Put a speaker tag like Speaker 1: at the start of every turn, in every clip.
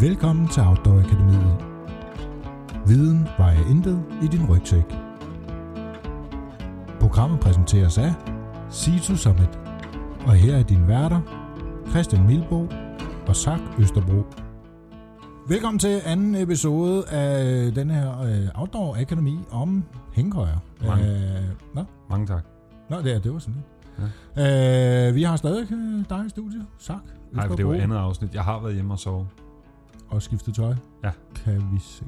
Speaker 1: Velkommen til Outdoor Akademiet. Viden vejer intet i din rygsæk. Programmet præsenteres af Situ Summit. Og her er dine værter, Christian Milbo og Sak Østerbro. Velkommen til anden episode af den her øh, Outdoor Akademi om hængekøjer.
Speaker 2: Mange.
Speaker 1: Øh, nå,
Speaker 2: Mange tak.
Speaker 1: nå, det, er, det var sådan lidt. Ja. Øh, vi har stadig øh, dig i studiet, Sak
Speaker 2: Nej, for det var andet afsnit. Jeg har været hjemme og sove.
Speaker 1: og skifte tøj.
Speaker 2: Ja.
Speaker 1: Kan vi se.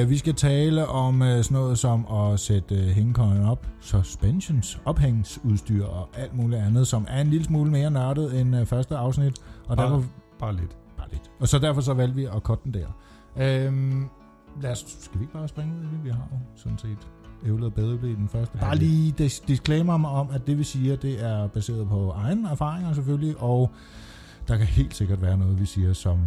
Speaker 1: Øh, vi skal tale om øh, sådan noget som at sætte øh, hængekøjen op, suspensions, ophængsudstyr og alt muligt andet, som er en lille smule mere nørdet end øh, første afsnit. Og,
Speaker 2: Bare-
Speaker 1: derfor,
Speaker 2: Bare lidt.
Speaker 1: bare lidt. og så derfor så valgte vi at cutte den der. Øh, lad os, skal vi ikke bare springe ud i det? Vi har jo sådan set ævlet bedre i den første.
Speaker 2: Ja,
Speaker 1: Bare
Speaker 2: lidt.
Speaker 1: lige dis- disclaimer om- om, at det vi siger, det er baseret på egen erfaringer selvfølgelig, og der kan helt sikkert være noget, vi siger, som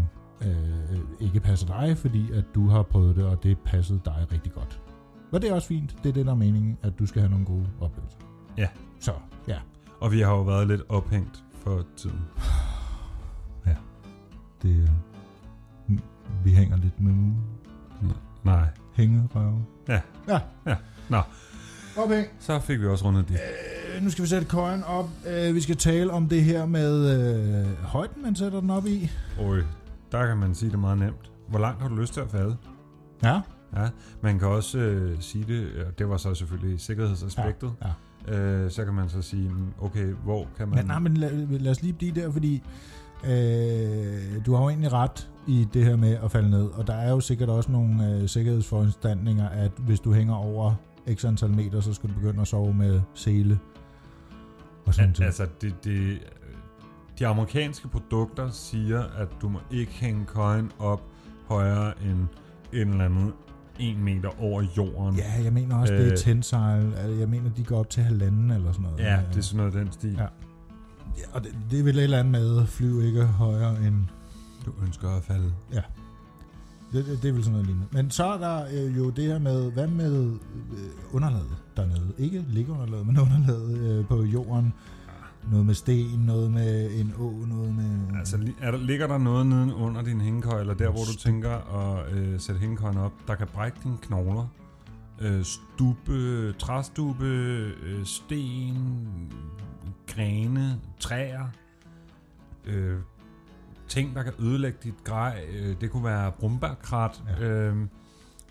Speaker 1: øh, ikke passer dig, fordi at du har prøvet det, og det passede dig rigtig godt. Men det er også fint. Det er det, der er meningen, at du skal have nogle gode oplevelser.
Speaker 2: Ja.
Speaker 1: Så, ja.
Speaker 2: Og vi har jo været lidt ophængt for tiden.
Speaker 1: Det, øh, vi hænger lidt med nu.
Speaker 2: Nej.
Speaker 1: Hængerøve.
Speaker 2: Ja.
Speaker 1: Ja.
Speaker 2: Ja. Nå.
Speaker 1: Okay.
Speaker 2: Så fik vi også rundet det.
Speaker 1: Øh, nu skal vi sætte køjen op. Øh, vi skal tale om det her med øh, højden, man sætter den op i.
Speaker 2: Øj, der kan man sige det meget nemt. Hvor langt har du lyst til at fade?
Speaker 1: Ja.
Speaker 2: Ja, man kan også øh, sige det, og det var så selvfølgelig sikkerhedsaspektet.
Speaker 1: Ja,
Speaker 2: Øh, så kan man så sige, mm, okay, hvor kan man...
Speaker 1: Men, nej, men lad, lad os lige blive der, fordi øh, du har jo egentlig ret i det her med at falde ned. Og der er jo sikkert også nogle øh, sikkerhedsforanstaltninger, at hvis du hænger over x antal meter, så skal du begynde at sove med sele. Og sådan
Speaker 2: Al-
Speaker 1: noget.
Speaker 2: altså, det, det, de amerikanske produkter siger, at du må ikke hænge køjen op højere end en eller anden en meter over jorden.
Speaker 1: Ja, jeg mener også, det er
Speaker 2: Øh.
Speaker 1: tensile. Altså, Jeg mener, de går op til halvanden eller sådan noget.
Speaker 2: Ja, det er sådan noget i den stil.
Speaker 1: Ja. Ja, og det, det er vel et eller andet med, flyv ikke højere end...
Speaker 2: Du ønsker at falde.
Speaker 1: Det, det, det er vel sådan noget lignende. Men så er der øh, jo det her med, hvad med øh, underlaget dernede? Ikke liggeunderlaget, men underlaget øh, på jorden. Noget med sten, noget med en å, noget med...
Speaker 2: Altså, li- er der, ligger der noget neden under din hængekøj, eller der, hvor du tænker at øh, sætte hængekøjen op, der kan brække dine knogler? Øh, stube, træstube, øh, sten, grene, træer, øh, ting, der kan ødelægge dit grej. Øh, det kunne være brumbærkrat,
Speaker 1: Ja.
Speaker 2: ja. øh,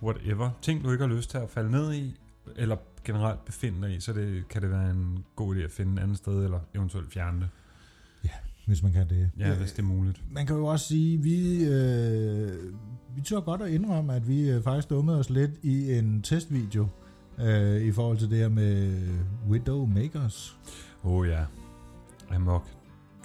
Speaker 2: whatever. Ting, du ikke har lyst til at falde ned i, eller generelt befinde dig i, så det, kan det være en god idé at finde et andet sted, eller eventuelt fjerne det,
Speaker 1: hvis man kan det. Øh,
Speaker 2: ja, hvis det er muligt.
Speaker 1: Man kan jo også sige, vi, øh, vi tør godt at indrømme, at vi øh, faktisk dummede os lidt i en testvideo øh, i forhold til det her med Widowmakers.
Speaker 2: Åh oh, ja. Amok.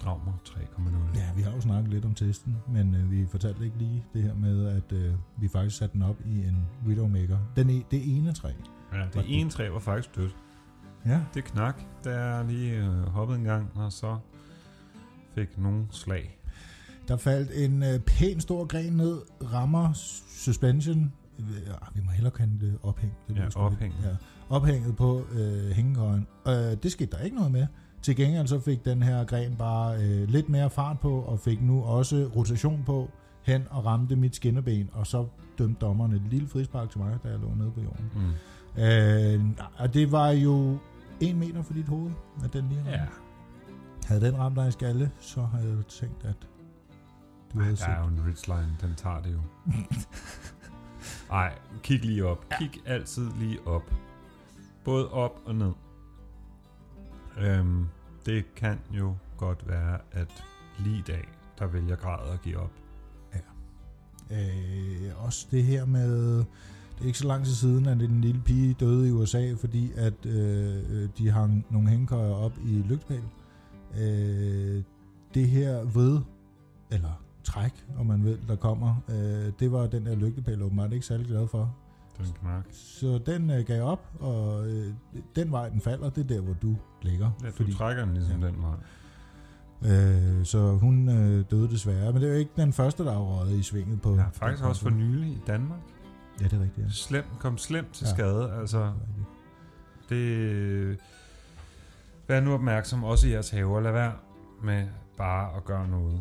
Speaker 2: Dragmer 3,0.
Speaker 1: Ja, vi har jo snakket lidt om testen, men øh, vi fortalte ikke lige det her med, at øh, vi faktisk satte den op i en Widowmaker. Den e, det ene træ.
Speaker 2: ja det ene træ var faktisk dødt.
Speaker 1: Ja.
Speaker 2: Det knak, der er lige øh, hoppet en gang, og så fik nogle slag.
Speaker 1: Der faldt en øh, pæn stor gren ned, rammer suspension. Øh, ah, vi må hellere kalde det ophæng. Det
Speaker 2: Ja,
Speaker 1: lyder sgu lidt-
Speaker 2: ophænget.
Speaker 1: Ja, ophænget på øh, hængekøjen. Øh, det skete der ikke noget med. Til gengæld så fik den her gren bare øh, lidt mere fart på, og fik nu også rotation på hen og ramte mit skinneben, og så dømte dommerne et lille frispark til mig, da jeg lå nede på jorden.
Speaker 2: Mm.
Speaker 1: Øh, og det var jo en meter for dit hoved, at den lige ramte.
Speaker 2: Ja.
Speaker 1: Havde den ramt dig i skalle, så havde jeg tænkt, at du havde
Speaker 2: Der er jo en ridgeline, den tager det jo. Ej, kig lige op. Kig altid lige op. Både op og ned. Øhm, det kan jo godt være, at lige i dag, der vælger grader at give op.
Speaker 1: Øh, også det her med, det er ikke så lang tid siden, at en lille pige døde i USA, fordi at øh, øh, de hang nogle hængekøjer op i lygtepæl. Øh, det her ved, eller træk, om man ved, der kommer, øh, det var den der lygtepæl åbenbart ikke særlig glad for.
Speaker 2: Den knak.
Speaker 1: Så den øh, gav op, og øh, den vej, den falder, det er der, hvor du ligger.
Speaker 2: Ja, du Fordi... trækker den ligesom
Speaker 1: Ja.
Speaker 2: ja. den vej.
Speaker 1: øh, så hun øh, døde desværre, men det er jo ikke den første, der har røget i svinget på.
Speaker 2: Ja, faktisk også for nylig i Danmark.
Speaker 1: Ja, det er rigtigt. Ja.
Speaker 2: Slem, kom slemt til
Speaker 1: Ja.
Speaker 2: ja. skade. Altså, det... Vær nu opmærksom, også i jeres haver. Lad være med bare at gøre noget.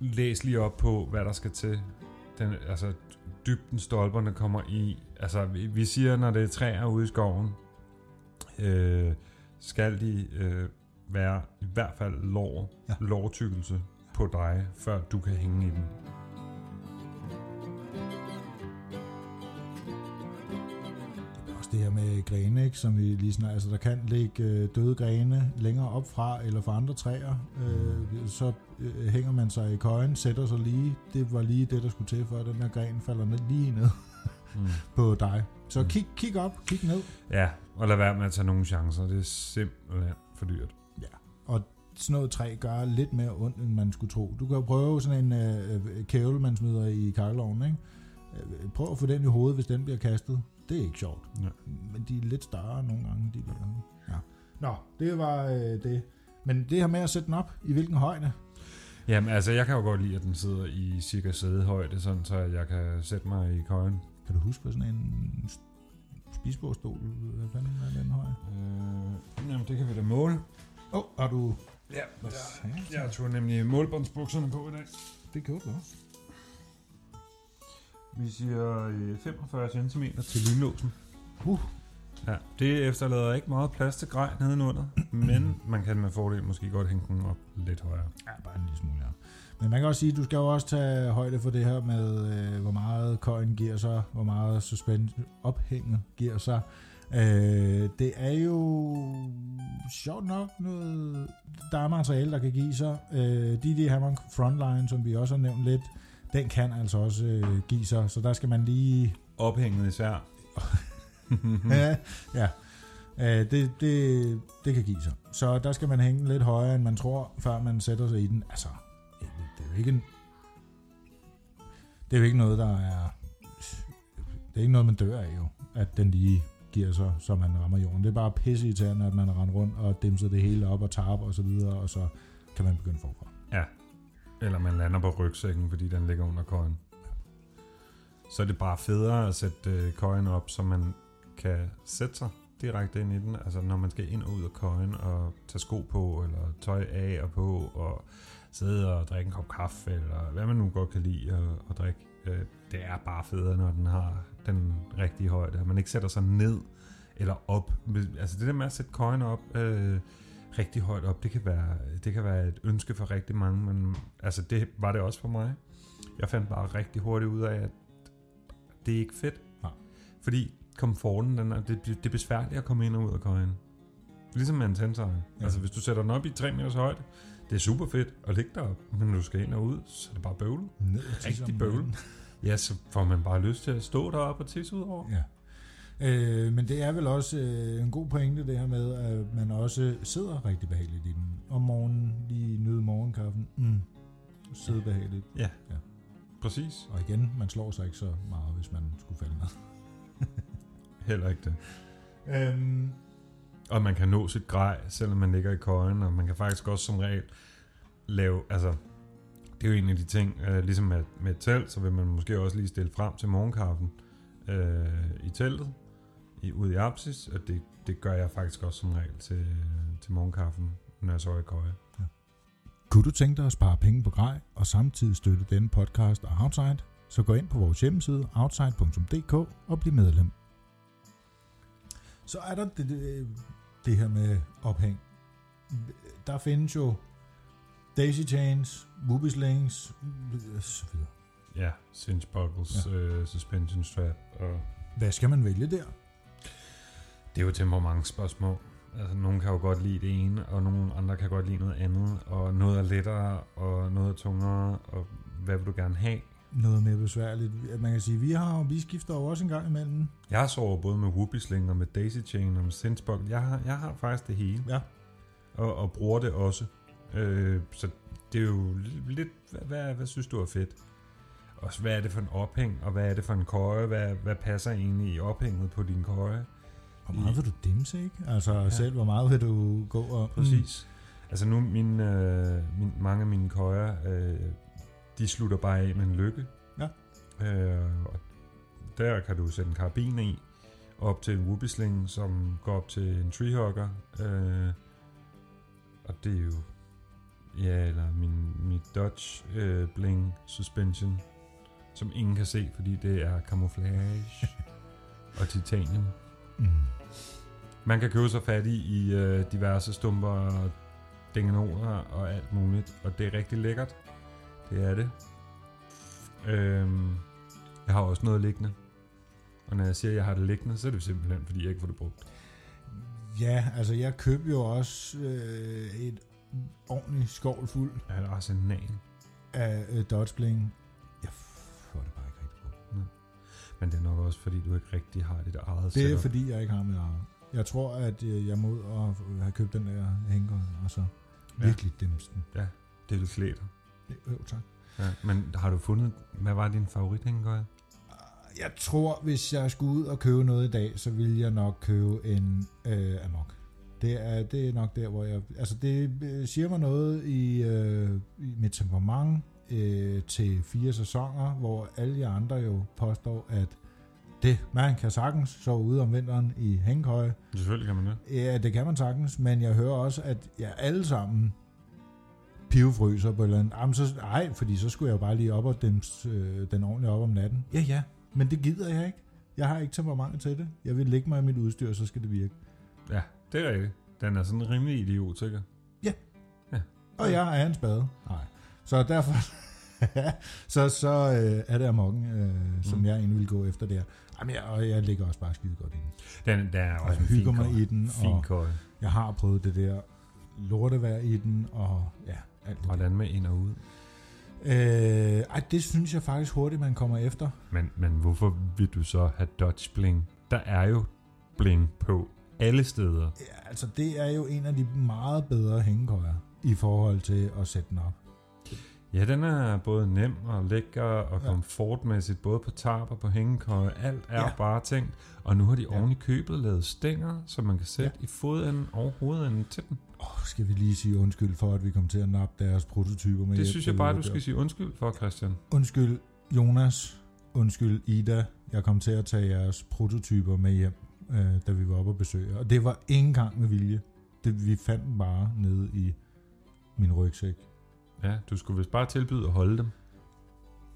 Speaker 2: læs lige op på, hvad der skal til. Den, altså, dybden stolperne kommer i. Altså, vi, vi siger, når det er træer ude i skoven, øh, skal de øh, være i hvert fald lår,
Speaker 1: Ja.
Speaker 2: ja. lårtykkelse på dig, før du kan hænge i den.
Speaker 1: Også det her med grene, ikke, som vi lige snakker, altså der kan ligge øh, døde grene længere op fra eller fra andre træer, øh, så øh, hænger man sig i køjen, sætter sig lige, det var lige det, der skulle til, for at den her gren falder ned, lige ned
Speaker 2: Mm.
Speaker 1: på dig. Så
Speaker 2: Mm.
Speaker 1: kig, kig op, kig ned,
Speaker 2: Ja, og lad være med at tage nogle chancer. Det er simpelthen for dyrt.
Speaker 1: sådan noget træ gør lidt mere ondt, end man skulle tro. Du kan jo prøve sådan en øh, kævle, man smider i kakkeloven, ikke? Øh, Prøv at få den i hovedet, hvis den bliver kastet. Det er ikke sjovt.
Speaker 2: Ja.
Speaker 1: Men de er lidt større nogle gange, de der. Ja. Nå, det var øh, det. Men det her med at sætte den op, i hvilken højde?
Speaker 2: Jamen, altså, jeg kan jo godt lide, at den sidder i cirka sædehøjde, sådan så jeg kan sætte mig i køjen.
Speaker 1: Kan du huske, hvad sådan en s- spisbordstol, hvad fanden er den højde?
Speaker 2: Øh, jamen, det kan vi da måle.
Speaker 1: Åh, oh, har du...
Speaker 2: Ja,
Speaker 1: Hvad sagde jeg?
Speaker 2: jeg tog nemlig målbåndsbukserne på i dag.
Speaker 1: Det kan du godt.
Speaker 2: Vi siger øh, 45 cm til lynlåsen.
Speaker 1: Uh.
Speaker 2: Ja, det efterlader ikke meget plads til grej nedenunder, men man kan med fordel måske godt hænge den op lidt højere.
Speaker 1: Ja, bare en lille smule, ja. Men man kan også sige, at du skal jo også tage højde for det her med, øh, hvor meget køjen giver sig, hvor meget suspension ophænget giver sig. Øh, det er jo sjovt nok noget, der er materiale, der kan give sig. Øh, DD Hammock Frontline, som vi også har nævnt lidt, den kan altså også øh, give sig, så der skal man lige
Speaker 2: Ophænget især.
Speaker 1: Ja, ja. Øh, det, det, det kan give sig. Så der skal man hænge lidt højere, end man tror, før man sætter sig i den. Altså, det det er jo ikke, en, det er jo ikke noget, der er... Det er ikke noget, man dør af jo, at den lige giver sig, så man rammer jorden. Det er bare pisse irriterende, at man render rundt og dimser det hele op og tarp og så videre, og så kan man begynde forfra.
Speaker 2: Eller man lander på rygsækken, fordi den ligger under køjen. Så er det bare federe at sætte øh, køjen op, så man kan sætte sig direkte ind i den. Altså når man skal ind og ud af køjen og tage sko på, eller tøj af og på, og sidde og drikke en kop kaffe, eller hvad man nu godt kan lide at, at drikke. Øh, det er bare federe, når den har den rigtige højde. At Man ikke sætter sig ned eller op. Altså det der med at sætte køjen op... Øh, rigtig højt op. Det kan være, det kan være et ønske for rigtig mange, men altså det var det også for mig. Jeg fandt bare rigtig hurtigt ud af, at det er ikke fedt.
Speaker 1: Nej.
Speaker 2: Fordi komforten, den er, det, det er besværligt at komme ind og ud af køjen. Ligesom med en tændseje.
Speaker 1: Ja.
Speaker 2: Ja. Altså hvis du sætter den op i 3 meters højde, det er super fedt at ligge derop, men når du skal ind og ud, så er det bare bøvlet.
Speaker 1: Ned og tisse
Speaker 2: Rigtig
Speaker 1: om
Speaker 2: bøvlet.
Speaker 1: natten.
Speaker 2: Ja, så får man bare lyst til at stå deroppe og tisse ud over.
Speaker 1: Ja. Øh, men det er vel også øh, en god pointe, det her med, at man også sidder rigtig behageligt i den. Om morgenen, lige nyde morgenkaffen. Mm. Sidde behageligt.
Speaker 2: Præcis.
Speaker 1: Og igen, man slår sig ikke så meget, hvis man skulle falde ned.
Speaker 2: Heller ikke det.
Speaker 1: Øhm,
Speaker 2: Og man kan nå sit grej, selvom man ligger i køjen, og man kan faktisk også som regel lave, altså, det er jo en af de ting, øh, ligesom med, med et telt, så vil man måske også lige stille frem til morgenkaffen øh, i teltet, i, ude i apsis, og det, det gør jeg faktisk også som regel til, til morgenkaffen, når jeg sover i køje.
Speaker 1: Kunne du tænke dig at spare penge på grej og samtidig støtte denne podcast og Outside, så gå ind på vores hjemmeside outside.dk og bliv medlem. Så er der det, det, det her med ophæng. Der findes jo daisy chains, whoopee slings, øh, så videre.
Speaker 2: Ja, cinch buckles, ja. Øh, suspension strap, og
Speaker 1: Hvad skal man vælge der?
Speaker 2: Det er jo temperamentsspørgsmål. Altså, nogen kan jo godt lide det ene, og nogle andre kan godt lide noget andet. Og noget er lettere, og noget er tungere, og hvad vil du gerne have?
Speaker 1: Noget mere besværligt. Man kan sige, vi har vi skifter jo også en gang imellem.
Speaker 2: Jeg har sovet både med whoopie og med daisy chain og med cinchbuckle. Jeg har, jeg har faktisk det hele,
Speaker 1: Ja.
Speaker 2: og, og bruger det også. Øh, så det er jo li- lidt, hvad, hvad, hvad synes du er fedt? Og hvad er det for en ophæng, og hvad er det for en køje? Hvad, hvad passer egentlig i ophænget på din køje?
Speaker 1: Hvor meget vil du dimse, ikke? Altså ja. selv, hvor meget vil du gå og...
Speaker 2: Præcis. Mm. Altså nu, min, øh, min, mange af mine køjer, øh, de slutter bare af med en lykke.
Speaker 1: Ja.
Speaker 2: Øh, og der kan du sætte en karabin i, op til en whoopie som går op til en treehugger. Øh, og det er jo Ja, eller min, min Dodge øh, Bling Suspension, som ingen kan se, fordi det er camouflage og titanium.
Speaker 1: Mm.
Speaker 2: Man kan købe sig fat i, i øh, diverse stumper og dingenoler og alt muligt, og det er rigtig lækkert. Det er det. Øhm, jeg har også noget liggende. Og når jeg siger, at jeg har det liggende, så er det simpelthen, fordi jeg ikke får det brugt.
Speaker 1: Ja, altså jeg købte jo også øh, et ordentligt skovl fuld
Speaker 2: Jeg har også en nan.
Speaker 1: af øh, Dodge Bling. Jeg får det bare ikke rigtig brugt.
Speaker 2: Men det er nok også, fordi du ikke rigtig har dit eget
Speaker 1: Det er
Speaker 2: setup.
Speaker 1: fordi, jeg ikke har mit eget. Jeg tror, at øh, jeg må ud og have købt den der hænger, og så
Speaker 2: Ja.
Speaker 1: virkelig dæmse den.
Speaker 2: Det vil klæde dig.
Speaker 1: Det- Jo, tak.
Speaker 2: Ja, men har du fundet, hvad var din favorithængekøje?
Speaker 1: Jeg tror, hvis jeg skulle ud og købe noget i dag, så ville jeg nok købe en øh, Amok. Det er, det er nok der, hvor jeg... Altså, det øh, siger mig noget i, øh, i mit temperament øh, til fire sæsoner, hvor alle jer andre jo påstår, at det, man kan sagtens sove ude om vinteren i hængekøje.
Speaker 2: Selvfølgelig kan man det.
Speaker 1: Ja, det kan man sagtens, men jeg hører også, at jeg alle sammen pivfryser på et eller andet. Jamen, så, ej, fordi så skulle jeg jo bare lige op og dem, øh, den ordentligt op om natten. Ja, ja, men det gider jeg ikke. Jeg har ikke temperament til det. Jeg vil lægge mig i mit udstyr, så skal det virke.
Speaker 2: Ja, det er rigtigt. Den er sådan rimelig idiot, ikke?
Speaker 1: Og jeg er en spade. Nej. Så derfor... så så øh, er det amokken, øh, som
Speaker 2: Mm.
Speaker 1: mm. jeg egentlig vil gå efter der. Jamen, jeg, og jeg ligger også bare skide godt inde.
Speaker 2: Den, den er
Speaker 1: Og
Speaker 2: også
Speaker 1: jeg
Speaker 2: en fin
Speaker 1: hygger
Speaker 2: køje.
Speaker 1: mig i den,
Speaker 2: Fin
Speaker 1: og
Speaker 2: køje.
Speaker 1: jeg har prøvet det der lortevær i den, og ja, alt det der.
Speaker 2: Hvordan med ind og ud?
Speaker 1: Øh, ej, det synes jeg faktisk hurtigt, man kommer efter.
Speaker 2: Men, men hvorfor vil du så have Dodge Bling? Der er jo bling på alle steder.
Speaker 1: Ja, altså, det er jo en af de meget bedre hængekøjer i forhold til at sætte den op.
Speaker 2: Ja, den er både nem og lækker og
Speaker 1: Ja.
Speaker 2: komfortmæssigt, både på tarp og på hængekøje. Alt er ja.
Speaker 1: Ja.
Speaker 2: bare ting. Og nu har de
Speaker 1: Ja.
Speaker 2: oven i købet lavet stænger, som man kan sætte ja. i fodenden og hovedenden til den.
Speaker 1: Åh, skal vi lige sige undskyld for, at vi kom til at nappe deres prototyper med
Speaker 2: Det
Speaker 1: hjem
Speaker 2: synes
Speaker 1: til
Speaker 2: jeg bare,
Speaker 1: det
Speaker 2: du
Speaker 1: der.
Speaker 2: skal sige undskyld for, Christian.
Speaker 1: Undskyld, Jonas. Undskyld, Ida. Jeg kom til at tage jeres prototyper med hjem, øh, da vi var oppe og besøge. jer. Og det var ikke engang med vilje. Det, vi fandt dem bare nede i min rygsæk.
Speaker 2: Ja, du skulle vist bare tilbyde at holde dem.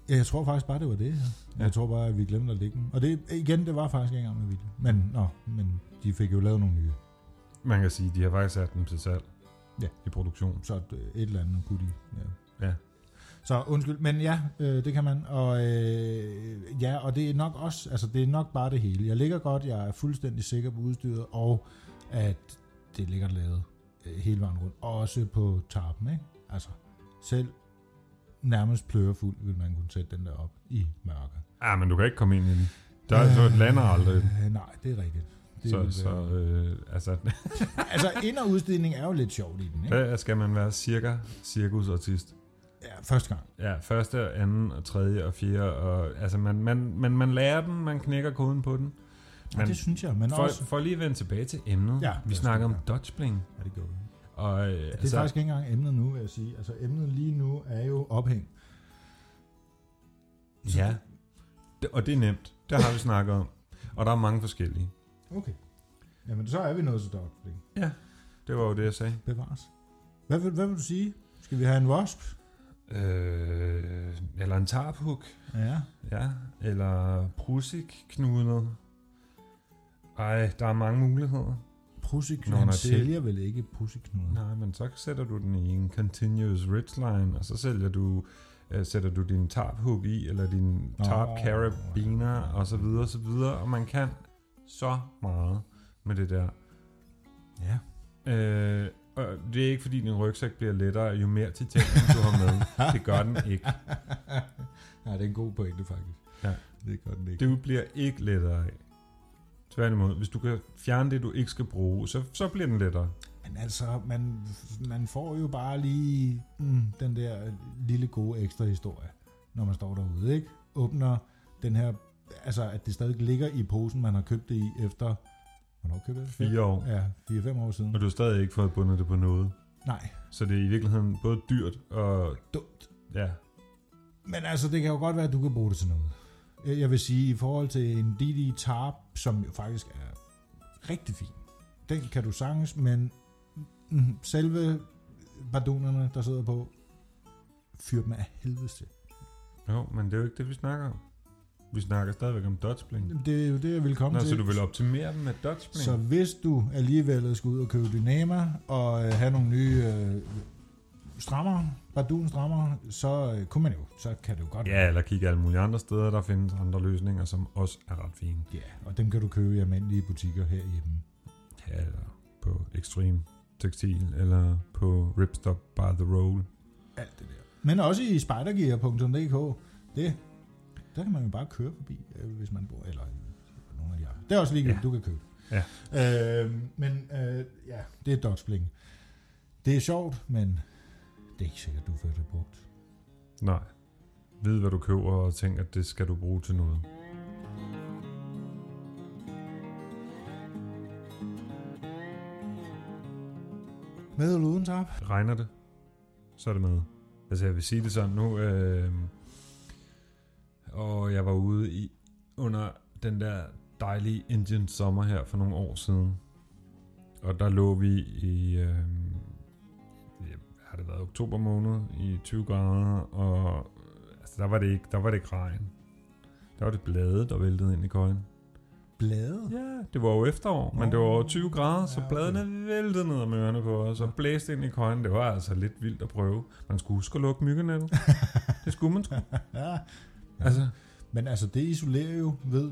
Speaker 1: Ja, jeg tror faktisk bare, det var det her.
Speaker 2: Ja.
Speaker 1: Ja. Jeg tror bare, at vi glemte at lægge dem. Og det, igen, det var faktisk ikke engang med vilje. Men, nå, men de fik jo lavet nogle nye.
Speaker 2: Man kan sige, at de har faktisk sat dem til salg
Speaker 1: Ja.
Speaker 2: i produktion.
Speaker 1: Så et, øh, et eller andet kunne de. Ja.
Speaker 2: Ja.
Speaker 1: Så undskyld, men ja, øh, det kan man. Og øh, ja, og det er nok også, altså det er nok bare det hele. Jeg ligger godt, jeg er fuldstændig sikker på udstyret, og at det ligger lavet øh, hele vejen rundt. Også på tarpen, ikke? Altså, selv nærmest plørefuld vil man kunne sætte den der op i mørke.
Speaker 2: Ah, men du kan ikke komme ind i den. Der er så et lander aldrig.
Speaker 1: Øh, nej, det er rigtigt. Det
Speaker 2: Så,
Speaker 1: vil
Speaker 2: så
Speaker 1: være-
Speaker 2: øh, altså,
Speaker 1: altså, ind- og udstilling er jo lidt sjovt i den, ikke?
Speaker 2: der skal man være cirka cirkusartist.
Speaker 1: Ja, første gang.
Speaker 2: Ja, første, og anden, og tredje og fjerde. Og, altså, man, man, man, man lærer den, man knækker koden på den.
Speaker 1: Ja,
Speaker 2: Men
Speaker 1: det synes jeg, men
Speaker 2: For,
Speaker 1: også...
Speaker 2: for lige at vende tilbage til emnet.
Speaker 1: Ja,
Speaker 2: vi
Speaker 1: det
Speaker 2: snakker om
Speaker 1: skal
Speaker 2: Dodge Bling.
Speaker 1: Ja, det gjorde vi.
Speaker 2: Og, øh,
Speaker 1: Det er altså, faktisk ikke engang emnet nu, vil jeg sige. Altså, emnet lige nu er jo ophæng. Så-
Speaker 2: Ja, Det- og det er nemt. Det har vi snakket om. Og der er mange forskellige.
Speaker 1: Okay. Jamen, så er vi nået til dobbling.
Speaker 2: Det var jo det, jeg sagde.
Speaker 1: Bevares. Hvad vil, hvad vil du sige? Skal vi have en wasp?
Speaker 2: Øh, eller en tarphug.
Speaker 1: Ja.
Speaker 2: Ja, eller prusikknudet. Ej, der er mange muligheder.
Speaker 1: Prusik,
Speaker 2: Nå,
Speaker 1: Nå, han
Speaker 2: nej, det-
Speaker 1: sælger vel ikke prusiknuder?
Speaker 2: Nej, men så sætter du den i en continuous ridgeline, og så sælger du, øh, sætter du din tarphug i, eller din
Speaker 1: Nå.
Speaker 2: tarp carabiner, og så videre, og så videre, og man kan så meget med det der.
Speaker 1: Ja.
Speaker 2: Øh, og det er ikke fordi din rygsæk bliver lettere, jo mere titanium du har med. Det gør den ikke.
Speaker 1: nej, det er en god pointe, faktisk.
Speaker 2: Ja.
Speaker 1: Det gør den ikke.
Speaker 2: Det bliver ikke lettere af. Tværtimod, hvis du kan fjerne det, du ikke skal bruge, så, så bliver den lettere.
Speaker 1: Men altså, man, man får jo bare lige mm, den der lille gode ekstra historie, når man står derude, ikke? Åbner den her, altså at det stadig ligger i posen, man har købt det i efter, hvornår købte jeg det?
Speaker 2: Fire år.
Speaker 1: Ja, 4-5 år siden.
Speaker 2: Og du har stadig ikke fået bundet det på noget.
Speaker 1: Nej,
Speaker 2: Så det er i virkeligheden både dyrt og...
Speaker 1: dumt.
Speaker 2: Ja,
Speaker 1: Men altså, det kan jo godt være, at du kan bruge det til noget. Jeg jeg vil sige, i forhold til en DD Tarp, som jo faktisk er rigtig fin, den kan du sanges, men mm, selve bardunerne, der sidder på, fyr dem af helvede til.
Speaker 2: Jo, men det er jo ikke det, vi snakker om. Vi snakker stadigvæk om dodgebling.
Speaker 1: Jamen, Det er jo det, jeg vil komme
Speaker 2: Nå,
Speaker 1: til.
Speaker 2: så du vil optimere dem med dodgebling?
Speaker 1: Så hvis du alligevel skulle ud og købe Dynama og øh, have nogle nye øh, strammer, Bardun strammer, så øh, kunne man jo, så kan det jo godt.
Speaker 2: Ja, eller kigge alle mulige andre steder, der findes andre løsninger, som også er ret fine.
Speaker 1: ja. Og dem kan du købe i almindelige butikker herhjemme.
Speaker 2: Ja, eller på Extreme Textil, eller på Ripstop by the Roll.
Speaker 1: Alt det der. Men også i spidergear.dk. Det, der kan man jo bare køre forbi, øh, hvis man bor, eller øh, nogle af de andre. Det er også ligegyldigt, ja.
Speaker 2: Ja.
Speaker 1: du kan købe.
Speaker 2: Ja.
Speaker 1: Øh, men øh, ja, det er dodgebling. Det er sjovt, men det er ikke sikkert, du får det brugt.
Speaker 2: Nej. Ved, hvad du køber, og tænk, at det skal du bruge til noget.
Speaker 1: Med eller uden tab?
Speaker 2: Regner det, så er det med. Altså, jeg vil sige det sådan nu. Øh, og jeg var ude i under den der dejlige Indian sommer her for nogle år siden. Og der lå vi i... Øh, ja, har det været oktober måned i 20 grader, og øh, altså, der, var det ikke, der var det ikke regn. Der var det blade, der væltede ind i køjen.
Speaker 1: Blade?
Speaker 2: Ja, det var jo efterår, men det var over 20 grader, så
Speaker 1: Ja, okay.
Speaker 2: bladene væltede ned om ørerne på os, og blæste ind i køjen. Det var altså lidt vildt at prøve. Man skulle huske at lukke myggenettet. det skulle man sgu.
Speaker 1: Ja.
Speaker 2: Altså,
Speaker 1: Men altså, det isolerer jo ved...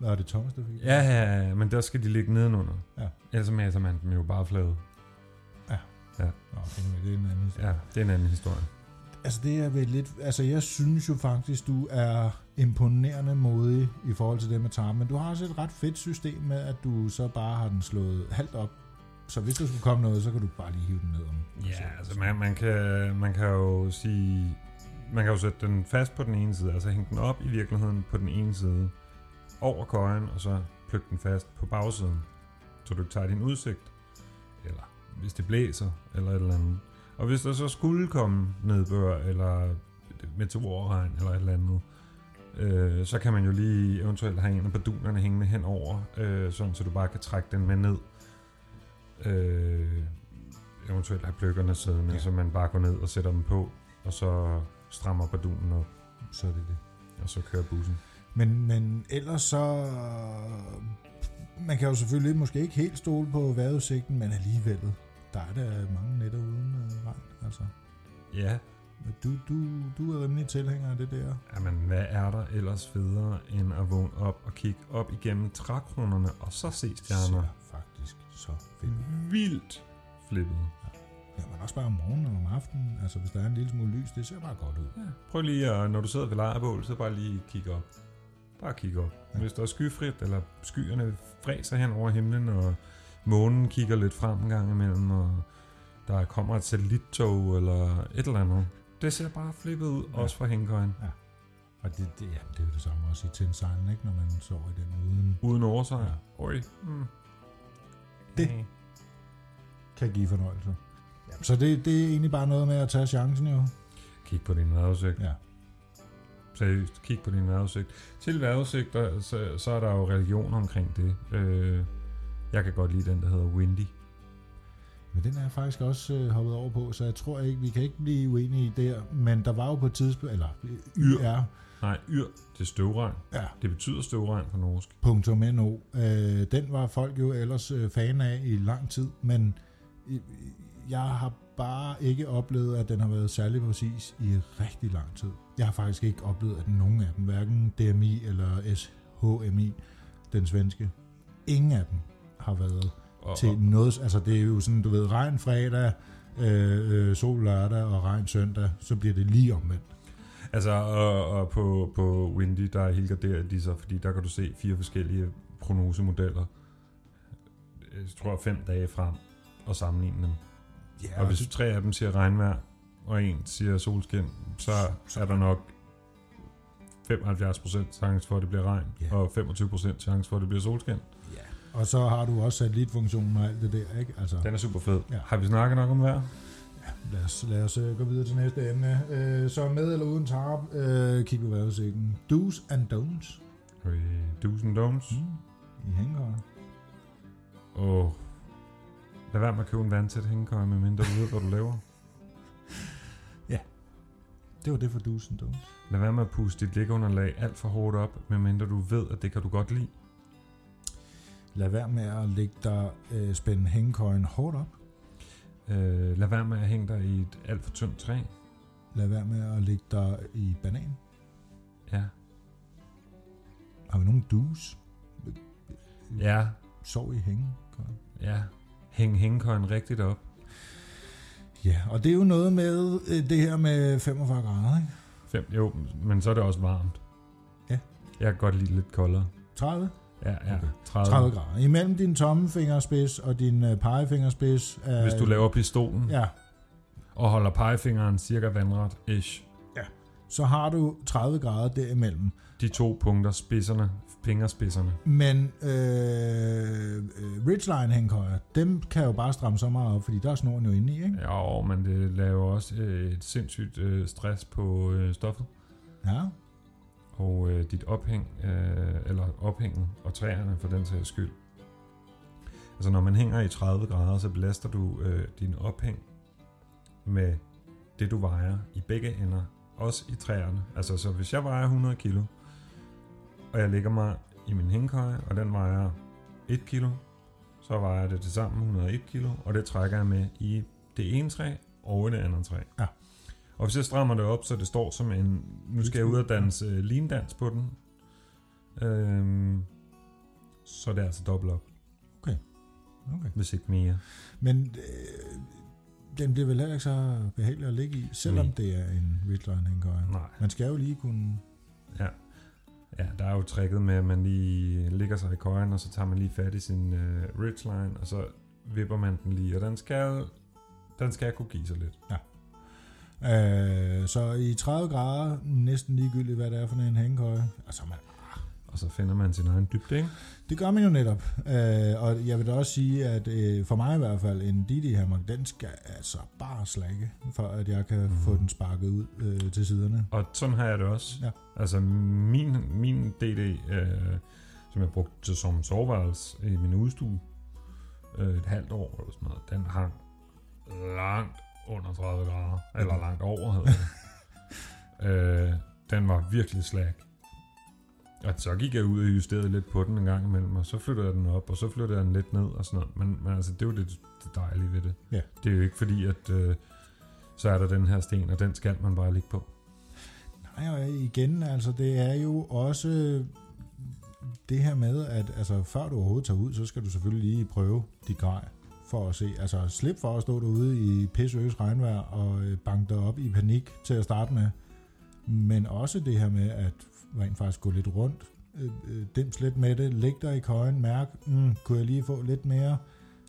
Speaker 1: Nå, er det Thomas, der fik det?
Speaker 2: ja, ja, ja, men der skal de ligge nedenunder.
Speaker 1: Ja.
Speaker 2: Ellers maser man dem jo bare flade.
Speaker 1: Nå, anyway, det er en anden ja.
Speaker 2: Ja, det er en anden historie.
Speaker 1: Altså, det er vel lidt... Altså, jeg synes jo faktisk, du er imponerende modig i forhold til det med tarm, men du har også et ret fedt system med, at du så bare har den slået halvt op. Så hvis der skulle komme noget, så kan du bare lige hive den ned om.
Speaker 2: Ja, altså man, man, kan, man kan jo sige, man kan jo sætte den fast på den ene side, altså hænge den op i virkeligheden på den ene side over køjen, og så plukke den fast på bagsiden, så du ikke tager din udsigt, eller hvis det blæser, eller et eller andet. Og hvis der så skulle komme nedbør, eller meteorregn, eller et eller andet, øh, så kan man jo lige eventuelt have en af badunerne hængende henover, øh, sådan så du bare kan trække den med ned. Øh, eventuelt have pløkkerne siddende,
Speaker 1: Ja.
Speaker 2: ja. så man bare går ned og sætter dem på, og så strammer badunen op,
Speaker 1: Så er det det.
Speaker 2: og så kører bussen.
Speaker 1: Men, men ellers så... Man kan jo selvfølgelig måske ikke helt stole på vejrudsigten, men alligevel, der er der mange nætter uden øh, regn, altså.
Speaker 2: Ja,
Speaker 1: Du, du, du er rimelig tilhænger af det der.
Speaker 2: Jamen, hvad er der ellers federe, end at vågne op og kigge op igennem trækronerne, og så se stjerner?
Speaker 1: Ser faktisk så fedt. ud.
Speaker 2: Vildt flippet.
Speaker 1: Ja, men også bare om morgenen og om aftenen. Altså, hvis der er en lille smule lys, det ser bare godt ud.
Speaker 2: Ja. Prøv lige, at, når du sidder ved lejrebål, så bare lige kigge op. Bare kigge op.
Speaker 1: Ja.
Speaker 2: Ja. Hvis der er skyfrit, eller skyerne fræser hen over himlen, og månen kigger lidt frem en gang imellem, og der kommer et satellittog, eller et eller andet. Det ser bare flippet ud,
Speaker 1: Ja.
Speaker 2: ja. også fra hængekøjen.
Speaker 1: Og det, det, jamen, det er jo det samme også i tændsejlen, ikke? Når man sover i den uden.
Speaker 2: Uden oversigt.
Speaker 1: Ja.
Speaker 2: Ja. Oj. Mm.
Speaker 1: Det- Kan give fornøjelse. Jamen, så det, det er egentlig bare noget med at tage chancen, jo.
Speaker 2: Kig på din vejrudsigt.
Speaker 1: Ja.
Speaker 2: seriøst, kig på din vejrudsigt. Til vejrudsigter, så, så er der jo religion omkring det. Øh, jeg kan godt lide den, der hedder Windy.
Speaker 1: Men den er jeg faktisk også øh, hoppet over på, så jeg tror ikke, vi kan ikke blive uenige der. Men der var jo på et tidspunkt, eller øh,
Speaker 2: Yr.
Speaker 1: YR,
Speaker 2: Nej, Yr til støvregn.
Speaker 1: ja,
Speaker 2: Det betyder støvregn på norsk.
Speaker 1: .no, øh, den var folk jo ellers øh, fan af i lang tid, men øh, jeg har bare ikke oplevet, at den har været særlig præcis i rigtig lang tid. Jeg har faktisk ikke oplevet, at nogen af dem, hverken DMI eller SHMI, den svenske, ingen af dem har været
Speaker 2: Og,
Speaker 1: til
Speaker 2: og,
Speaker 1: noget. Altså det er jo sådan, du ved, regn fredag, øh, øh, sol lørdag og regn søndag, så bliver det lige omvendt.
Speaker 2: altså, og, og på, på Windy, der er helgarderer de så, fordi der kan du se fire forskellige prognosemodeller. Jeg tror fem dage frem og sammenligne dem. Ja, og hvis
Speaker 1: det-
Speaker 2: tre af dem siger regnvejr, og en siger solskin, så er der nok 75% chance for, at det bliver regn,
Speaker 1: Ja.
Speaker 2: ja. og 25% chance for, at det bliver solskin.
Speaker 1: og så har du også satellitfunktionen og alt det der, ikke? Altså,
Speaker 2: Den er super fed.
Speaker 1: Ja.
Speaker 2: Ja. Har vi snakket nok om vejr?
Speaker 1: Lad os, lad os øh, gå videre til næste emne. Øh, så med eller uden tarp, øh, kig på vejrudsigten. Do's and don'ts
Speaker 2: Øh, Do's and don'ts.
Speaker 1: i hængekøjer.
Speaker 2: Åh. Lad være med at købe en vandtæt hængekøj, medmindre du ved, hvad du laver.
Speaker 1: Det var det for dusen, du.
Speaker 2: Lad være med at puste dit lægunderlag alt for hårdt op, medmindre du ved, at det kan du godt lide.
Speaker 1: Lad være med at lægge dig øh, spænde hængekøjen hårdt op.
Speaker 2: Øh, lad være med at hænge dig i et alt for tyndt træ.
Speaker 1: Lad være med at lægge dig i banan.
Speaker 2: Ja.
Speaker 1: Har vi nogen dus?
Speaker 2: Ja.
Speaker 1: Sov i hængekøjen.
Speaker 2: Ja. Hæng hængekøjen rigtigt op.
Speaker 1: Ja, og det er jo noget med øh, det her med 45 grader, ikke?
Speaker 2: Fem. Jo, men så er det også varmt.
Speaker 1: Ja.
Speaker 2: Jeg kan godt lide lidt koldere.
Speaker 1: 30?
Speaker 2: Ja, ja.
Speaker 1: Okay.
Speaker 2: 30.
Speaker 1: 30 grader. Imellem din tommefingerspids og din øh, pegefingerspids. Er,
Speaker 2: Hvis du laver pistolen ja.
Speaker 1: øh, Ja,
Speaker 2: og holder pegefingeren cirka vandret, ish.
Speaker 1: så har du 30 grader derimellem.
Speaker 2: De to punkter, spidserne, fingerspidserne.
Speaker 1: Men øh, øh, ridgeline hængkøjer, dem kan jo bare stramme så meget op, fordi der er snoren jo inde i, ikke?
Speaker 2: Ja, men det laver også øh, et sindssygt øh, stress på øh, stoffet.
Speaker 1: Ja.
Speaker 2: Og øh, dit ophæng, øh, eller ophængen og træerne for den sags skyld. Altså når man hænger i 30 grader, så belaster du øh, din ophæng med det du vejer i begge ender. Også i træerne. Altså så hvis jeg vejer 100 kilo, og jeg lægger mig i min hængekøje, og den vejer 1 kilo, så vejer det til sammen 101 kilo, og det trækker jeg med i det ene træ og i det andet træ.
Speaker 1: Ja.
Speaker 2: Og hvis jeg strammer det op, så det står som en... Nu skal jeg ud og danse øh, lindans på den. Øhm, så er det altså dobbelt op,
Speaker 1: Okay.
Speaker 2: hvis ikke mere.
Speaker 1: Men øh, den bliver vel heller ikke så behagelig at ligge i, selvom
Speaker 2: Nej.
Speaker 1: det er en ridgeline hængkøjer.
Speaker 2: Nej.
Speaker 1: Man skal jo lige kunne...
Speaker 2: Ja, der er jo tricket med, at man lige ligger sig i køjen, og så tager man lige fat i sin øh, ridgeline, og så vipper man den lige, og den skal, den skal kunne give sig lidt.
Speaker 1: Øh, så i 30 grader, næsten ligegyldigt, hvad det er for en hængkøje. Altså, man,
Speaker 2: Og så finder man sin egen dybde, ikke?
Speaker 1: Det gør man jo netop. Øh, og jeg vil da også sige, at øh, for mig i hvert fald, en Didi hammer, den skal altså bare slække, for at jeg kan mm. få den sparket ud øh, til siderne.
Speaker 2: Og sådan har jeg det også.
Speaker 1: Ja.
Speaker 2: Altså min, min DD, øh, som jeg brugte til som soveværelse i min udstue øh, et halvt år eller sådan noget, den hang langt under 30 grader. Eller langt over, hedder det. øh, den var virkelig slag. Og så gik jeg ud og justerede lidt på den en gang imellem, og så flyttede jeg den op, og så flyttede jeg den lidt ned og sådan noget. Men, men altså, det er jo det, det dejlige ved det.
Speaker 1: Ja.
Speaker 2: Det er jo ikke fordi, at øh, så er der den her sten, og den skal man bare ligge på.
Speaker 1: Nej, og igen, altså det er jo også det her med, at altså, før du overhovedet tager ud, så skal du selvfølgelig lige prøve dit grej for at se. Altså slip for at stå derude i pisseøs regnvejr og øh, banke dig op i panik til at starte med. Men også det her med at rent faktisk gå lidt rundt, øh, øh, dims lidt med det, læg dig i køjen, mærk, mm, kunne jeg lige få lidt mere?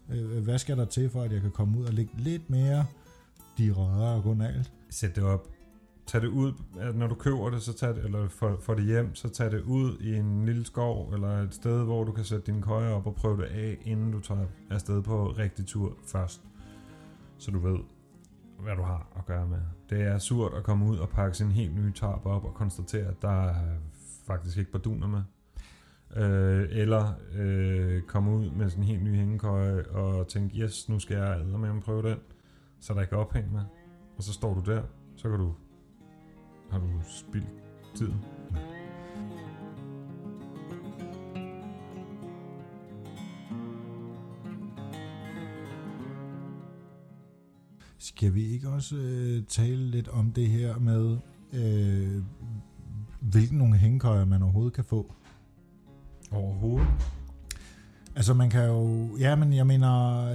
Speaker 1: Øh, hvad skal der til for, at jeg kan komme ud og lægge lidt mere de rødder og gonalt?
Speaker 2: sæt det op. Tag det ud, at når du køber det, så tag det, eller får, får det hjem, så tag det ud i en lille skov, eller et sted, hvor du kan sætte dine køjer op og prøve det af, inden du tager afsted på rigtig tur først. Så du ved, hvad du har at gøre med. Det er surt at komme ud og pakke sin helt nye tarp op og konstatere, at der er faktisk ikke barduner med. Øh, eller øh, komme ud med sin helt nye hængekøje og tænke, yes, nu skal jeg med prøve den, så der ikke er ophæng med. Og så står du der, så kan du... Har du spildt tiden?
Speaker 1: Skal vi ikke også øh, tale lidt om det her med, øh, hvilken nogle hængekøjer man overhovedet kan få?
Speaker 2: Overhovedet?
Speaker 1: Altså man kan jo, ja, men jeg mener,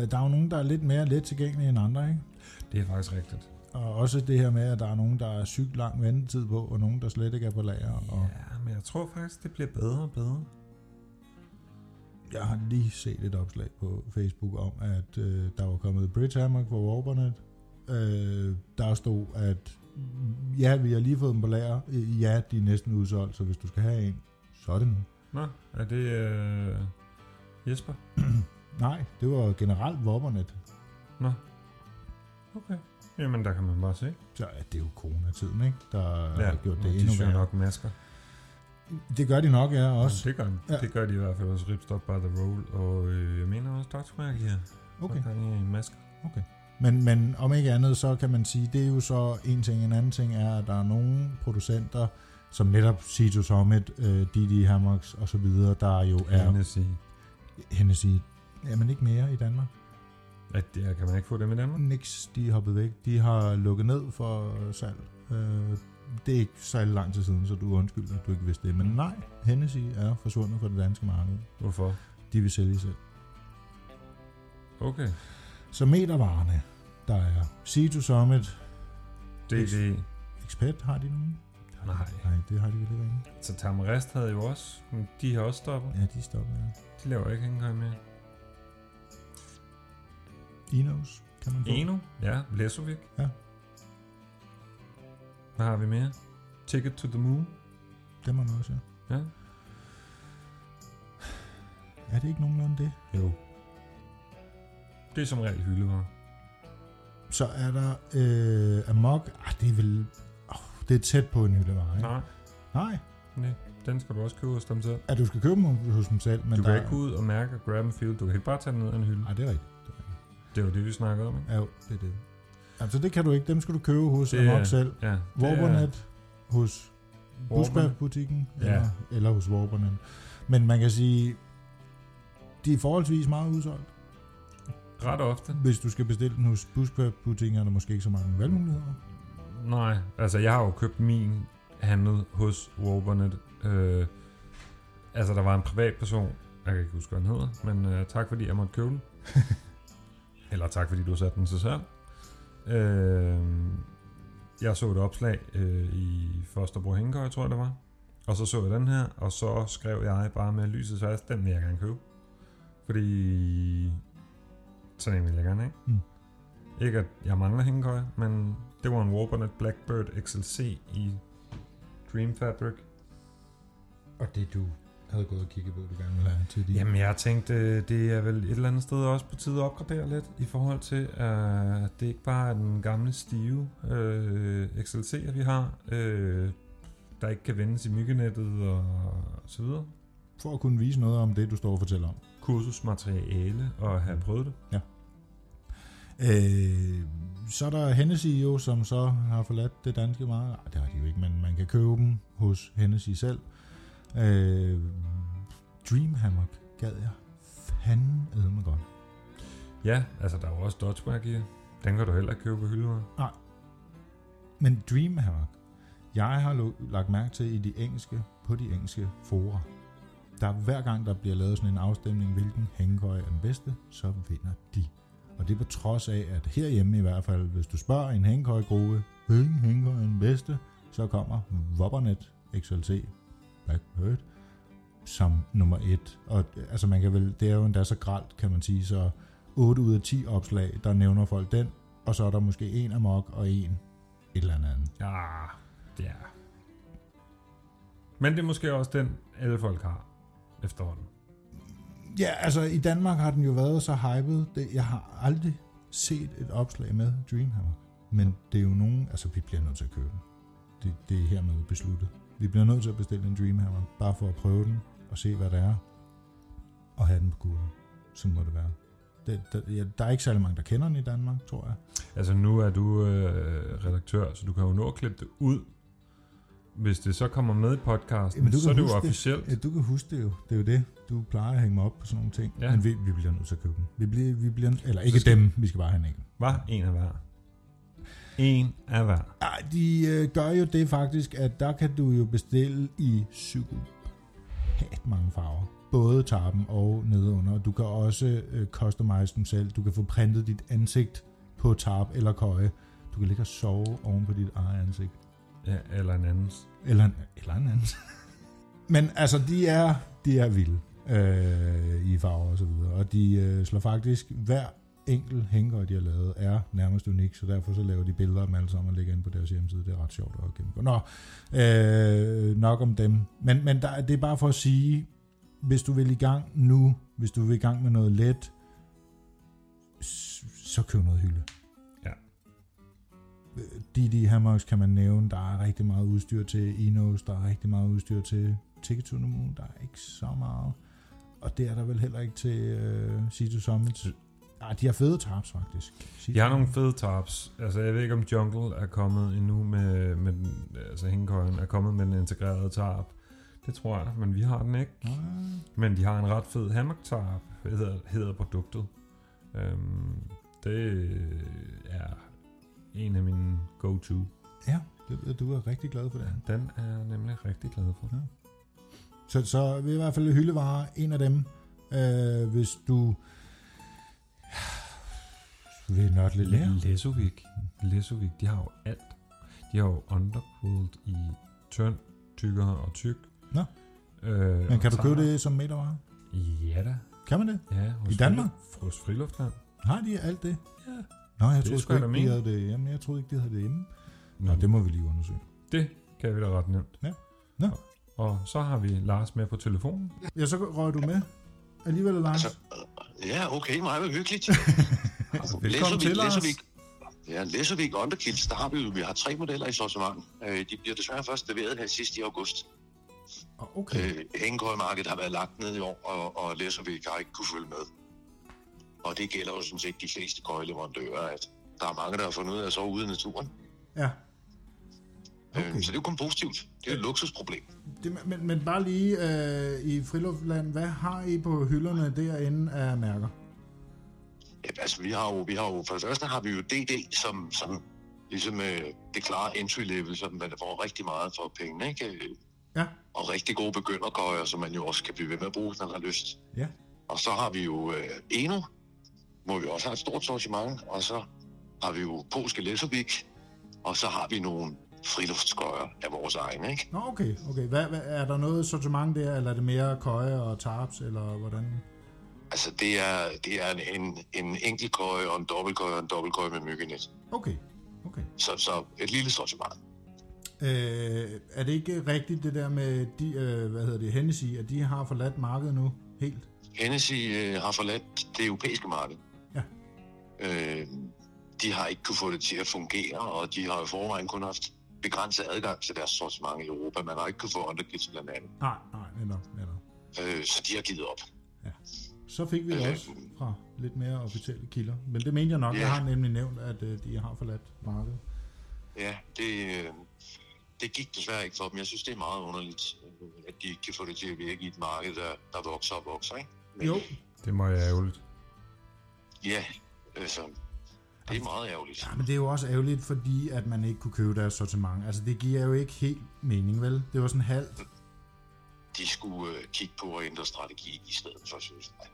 Speaker 1: der er jo nogen, der er lidt mere let tilgængelige end andre, ikke?
Speaker 2: Det er faktisk rigtigt.
Speaker 1: Og også det her med, at der er nogen, der er sygt lang ventetid på, og nogen, der slet ikke er på lager. Og
Speaker 2: Ja, men jeg tror faktisk, det bliver bedre og bedre.
Speaker 1: jeg har lige set et opslag på Facebook om, at øh, der var kommet Bridge Hammock fra Warburnet. Øh, der stod, at ja, vi har lige fået dem på lager. Øh, Ja, de er næsten udsolgt, så hvis du skal have en, så er det nu.
Speaker 2: Nå, er det øh, Jesper?
Speaker 1: Nej, det var generelt Warburnet.
Speaker 2: Okay. Jamen, der kan man bare se.
Speaker 1: Så er det jo coronatiden, ikke? Der ja, har gjort
Speaker 2: og
Speaker 1: det
Speaker 2: de
Speaker 1: endnu
Speaker 2: søger
Speaker 1: værre.
Speaker 2: nok masker.
Speaker 1: Det gør de nok, ja, også.
Speaker 2: Jamen, Det
Speaker 1: Ja.
Speaker 2: gør, ja. det gør de i hvert fald også Ripstop by the Roll, og øh, jeg mener også Dr. Mark her.
Speaker 1: Okay,
Speaker 2: Der er en maske.
Speaker 1: okay. Men, men om ikke andet, så kan man sige, det er jo så en ting. En anden ting er, at der er nogle producenter, som netop Cito Summit, øh, Didi Hammocks og så videre, der jo
Speaker 2: Ja.
Speaker 1: er Hennessy. Jamen ikke mere i Danmark.
Speaker 2: At det, kan man ikke få dem i Danmark?
Speaker 1: Nix, de er hoppet væk. De har lukket ned for salg. Øh, det er ikke særlig lang tid siden, så du er undskyld, at du ikke vidste det. Men nej, Hennessy er forsvundet fra det danske marked.
Speaker 2: Hvorfor?
Speaker 1: De vil sælge selv.
Speaker 2: Okay.
Speaker 1: Så metervarerne, der er Cito Summit,
Speaker 2: DD.
Speaker 1: Expert har de nogen?
Speaker 2: Nej.
Speaker 1: Nej, det har de vel ikke.
Speaker 2: Så Tamarest havde jo også. men De har også stoppet.
Speaker 1: Ja, de stopper. Ja.
Speaker 2: De laver ikke hængekøj mere.
Speaker 1: Enos kan man få.
Speaker 2: Eno? Ja. Lesovic?
Speaker 1: Ja.
Speaker 2: Hvad har vi mere? Ticket to the Moon?
Speaker 1: Dem har man også, ja.
Speaker 2: Ja.
Speaker 1: Er det ikke nogenlunde det?
Speaker 2: Jo. Det er som regel hyldevarer.
Speaker 1: Så er der øh, Amok. Ah, det er vel... Oh, det er tæt på en hyldevare, ikke?
Speaker 2: Nej.
Speaker 1: Nej.
Speaker 2: Nej. Den skal du også købe hos dem selv.
Speaker 1: Ja, du skal købe dem hos dem selv, men
Speaker 2: Men du
Speaker 1: der
Speaker 2: kan ikke gå ud og mærke og grab and feel. Du kan ikke bare tage den ned af en hylde.
Speaker 1: Nej, det er rigtigt. Det er rigtigt.
Speaker 2: Det er jo det, vi snakkede om, ikke?
Speaker 1: Ja, jo, det er det. Altså, det kan du ikke. Dem skal du købe hos
Speaker 2: Det
Speaker 1: det, Amok
Speaker 2: er-
Speaker 1: selv.
Speaker 2: Ja. det er-
Speaker 1: Warbernet hos
Speaker 2: Warburg.
Speaker 1: Busbær-butikken,
Speaker 2: Ja.
Speaker 1: eller, eller hos Warbernet. Men man kan sige, de er forholdsvis meget udsolgt.
Speaker 2: Ret ofte.
Speaker 1: Hvis du skal bestille den hos Busbær-butikken, er der måske ikke så mange valgmuligheder.
Speaker 2: Nej, altså jeg har jo købt min handlet hos Warburnet. Øh, altså der var en privatperson, jeg kan ikke huske, hvad han hedder, men øh, tak fordi jeg måtte købe den. Eller tak fordi du satte den til salg. Øh, jeg så et opslag øh, i Fosterbro Hængekøj, tror jeg det var. Og så så jeg den her, og så skrev jeg bare med lyset fast, den vil jeg gerne købe. Fordi sådan en vil jeg gerne have.
Speaker 1: Mm.
Speaker 2: Ikke at jeg mangler hængekøj, men det var en Warburnet Blackbird XLC i Dream Fabric.
Speaker 1: Og det du havde gået og kigget på, du gerne ville have til de...
Speaker 2: Jamen jeg tænkte, øh, det er vel et eller andet sted også på tide at opgradere lidt i forhold til, at det ikke bare er den gamle stive øh, XLC'er vi har, øh, der ikke kan vendes i myggenettet og så videre.
Speaker 1: For at kunne vise noget om det, du står og fortæller om.
Speaker 2: Kursusmateriale og have prøvet det.
Speaker 1: Øh, så er der Hennessy jo, som så har forladt det danske marked. Ej, det har de jo ikke, men man kan købe dem hos Hennessy selv. Øh, Dreamhammock gad jeg fanden edme godt.
Speaker 2: Ja, altså der er jo også Dodgeback i. Den kan du heller ikke købe på hylder.
Speaker 1: Men Dreamhammock, jeg har lo- lagt mærke til i de engelske, på de engelske fora, der hver gang der bliver lavet sådan en afstemning, hvilken hængekøj er den bedste, så vinder de. Og det er på trods af, at herhjemme i hvert fald, hvis du spørger en hængekøjgruppe, hvilken hængekøj er den bedste, så kommer Wobbernet XLC Blackbird som nummer et. Og øh, altså man kan vel, det er jo endda så gralt, kan man sige, så 8 ud af 10 opslag, der nævner folk den, og så er der måske en amok og en et eller andet andet.
Speaker 2: Ah, Ja, det er. Men det er måske også den, alle folk har efterhånden.
Speaker 1: Ja, altså i Danmark har den jo været så hyped. Det, jeg har aldrig set et opslag med Dreamhammer. Men det er jo nogen, altså vi bliver nødt til at købe den. Det, det er hermed besluttet. Vi bliver nødt til at bestille en Dreamhammer, bare for at prøve den og se, hvad det er. Og have den på kurven. Så må det være. Det, der, ja, der er ikke særlig mange, der kender den i Danmark, tror jeg.
Speaker 2: Altså nu er du øh, redaktør, så du kan jo nå at klippe det ud. Hvis det så kommer med i podcasten,
Speaker 1: Jamen, du kan
Speaker 2: så er det jo
Speaker 1: huske det.
Speaker 2: officielt.
Speaker 1: Ja, du kan huske det jo. Det er jo det. Du plejer at hænge mig op på sådan nogle ting.
Speaker 2: Ja.
Speaker 1: Men vi, vi bliver nødt til at købe den. Vi bliver, vi bliver, eller ikke
Speaker 2: Så skal-
Speaker 1: dem, vi skal bare have en enkelt.
Speaker 2: Var en af hver. En af hver.
Speaker 1: Ej, de øh, gør jo det faktisk, at der kan du jo bestille i psykopat mange farver. Både tarpen og nedenunder. Du kan også øh, customize dem selv. Du kan få printet dit ansigt på tarp eller køje. Du kan ligge og sove oven på dit eget ansigt.
Speaker 2: Ja, eller en andens.
Speaker 1: Eller en, eller en anden. Men altså, de er, de er vilde øh, i farver og så videre. Og de øh, slår faktisk hver enkelt hængøj, de har lavet, er nærmest unik, så derfor så laver de billeder af dem alle sammen og lægger ind på deres hjemmeside. Det er ret sjovt at gennemgå. Nå, øh, nok om dem. Men, men der, det er bare for at sige, hvis du vil i gang nu, hvis du vil i gang med noget let, s- så køb noget hylde.
Speaker 2: Ja.
Speaker 1: Didi Hammocks kan man nævne, der er rigtig meget udstyr til. Enos, der er rigtig meget udstyr til. Ticket to the Moon, der er ikke så meget. Og det er der vel heller ikke til øh, Cito Summit. Ja, de har fede tarps, faktisk. Sig
Speaker 2: Jeg har nogle fede tops. Altså, jeg ved ikke, om Jungle er kommet endnu med, med den- altså hængekøjen er kommet med den integrerede tarp. Det tror jeg, men vi har den ikke.
Speaker 1: Ah,
Speaker 2: Men de har en ret fed hammock tarp, hedder, hedder produktet. Øhm, det er en af mine go-to.
Speaker 1: ja, det, ved jeg, du er rigtig glad for det.
Speaker 2: Den er jeg nemlig rigtig glad for.
Speaker 1: Så, så vi er i hvert fald hyldevare en af dem, øh, hvis du vil nørde lidt mere.
Speaker 2: Lesovik. Lesovik, de har jo alt. De har jo Underworld i tynd, tykkere og tyk.
Speaker 1: Nå.
Speaker 2: Øh,
Speaker 1: Men
Speaker 2: og
Speaker 1: kan du købe
Speaker 2: tarp.
Speaker 1: det som metervare?
Speaker 2: Ja da.
Speaker 1: Kan man det?
Speaker 2: Ja, hos
Speaker 1: I Danmark?
Speaker 2: Fri- Hos Friluftland.
Speaker 1: Har de alt det?
Speaker 2: Ja.
Speaker 1: Nå, jeg troede
Speaker 2: Det
Speaker 1: sgu
Speaker 2: skulle jeg
Speaker 1: ikke,
Speaker 2: da
Speaker 1: de
Speaker 2: mene.
Speaker 1: havde det hjemme. Jeg troede ikke, de havde det hjemme. Nå,
Speaker 2: Nå,
Speaker 1: det
Speaker 2: det
Speaker 1: må vi lige undersøge.
Speaker 2: kan vi da ret nemt.
Speaker 1: Ja. Nå.
Speaker 2: Og så har vi Lars med på telefonen.
Speaker 1: Ja, så røg du med. Alligevel, Lars.
Speaker 3: Altså, Ja, okay, meget hyggeligt.
Speaker 2: Velkommen til, Lars.
Speaker 3: Læsevik, ja, Læsevik Underkilds, der har vi jo, vi har tre modeller i sortiment. Øh, de bliver desværre først leveret her sidst i august.
Speaker 1: Åh, Okay.
Speaker 3: Øh, Hængekøjmarkedet har været lagt ned i år, og, og Læsevik har ikke kunne følge med. Og det gælder jo sådan set de fleste køjleverandører, at der er mange, der har fundet ud af at sove ude i naturen.
Speaker 1: Ja.
Speaker 3: Okay.
Speaker 1: Okay.
Speaker 3: Øh, så det er jo kun positivt. Det er et luksusproblem.
Speaker 1: Det, men, men bare lige øh, i Friluftland, hvad har I på hylderne derinde af mærker?
Speaker 3: Ja, altså, vi har jo, vi har jo, for det første har vi jo DD, som, som ligesom øh, det klare entry-level, som man får rigtig meget for pengene, ikke? Øh,
Speaker 1: Ja.
Speaker 3: Og rigtig gode begyndergøjer, som man jo også kan blive ved med at bruge, hvis man har lyst.
Speaker 1: Ja.
Speaker 3: Og så har vi jo øh, Eno, hvor vi også har et stort sortiment, og så har vi jo polske Lesovik, og så har vi nogle friluftsgøjer af vores egne, ikke?
Speaker 1: Nå, okay. okay. Hvad, hvad, er der noget sortiment der, eller er det mere køje og tarps, eller hvordan?
Speaker 3: Altså, det er, det er en, en, en enkeltkøje og en dobbeltkøje og en dobbeltkøje med myggenet.
Speaker 1: Okay. okay.
Speaker 3: Så, så et lille sortiment.
Speaker 1: Øh, er det ikke rigtigt det der med, de, øh, hvad hedder det, Hennessy, at de har forladt markedet nu helt?
Speaker 3: Hennessy øh, har forladt det europæiske marked.
Speaker 1: Ja.
Speaker 3: Øh, de har ikke kunne få det til at fungere, og de har i forvejen kun haft begrænset adgang til deres sortiment i Europa. Man har ikke kunne få undergift blandt andet.
Speaker 1: Nej, nej, netop, netop.
Speaker 3: Øh, så de har givet op.
Speaker 1: Så fik vi det
Speaker 3: Øh,
Speaker 1: også fra lidt mere officielle kilder. Men det mente jeg nok,
Speaker 3: Ja.
Speaker 1: jeg har nemlig nævnt, at øh, de har forladt markedet.
Speaker 3: Ja, det, øh, det gik desværre ikke for dem. Jeg synes, det er meget underligt, øh, at de ikke kan få det til at virke i et marked, der, der vokser og vokser. Ikke? Men,
Speaker 1: Jo.
Speaker 2: Det må jeg ærgerligt.
Speaker 3: Ja, altså, det er meget ærgerligt.
Speaker 1: Ja, men det er jo også ærgerligt, fordi at man ikke kunne købe deres sortiment. Altså, det giver jo ikke helt mening, vel? Det var sådan halvt.
Speaker 3: De skulle øh, kigge på at ændre strategi i stedet for, synes jeg.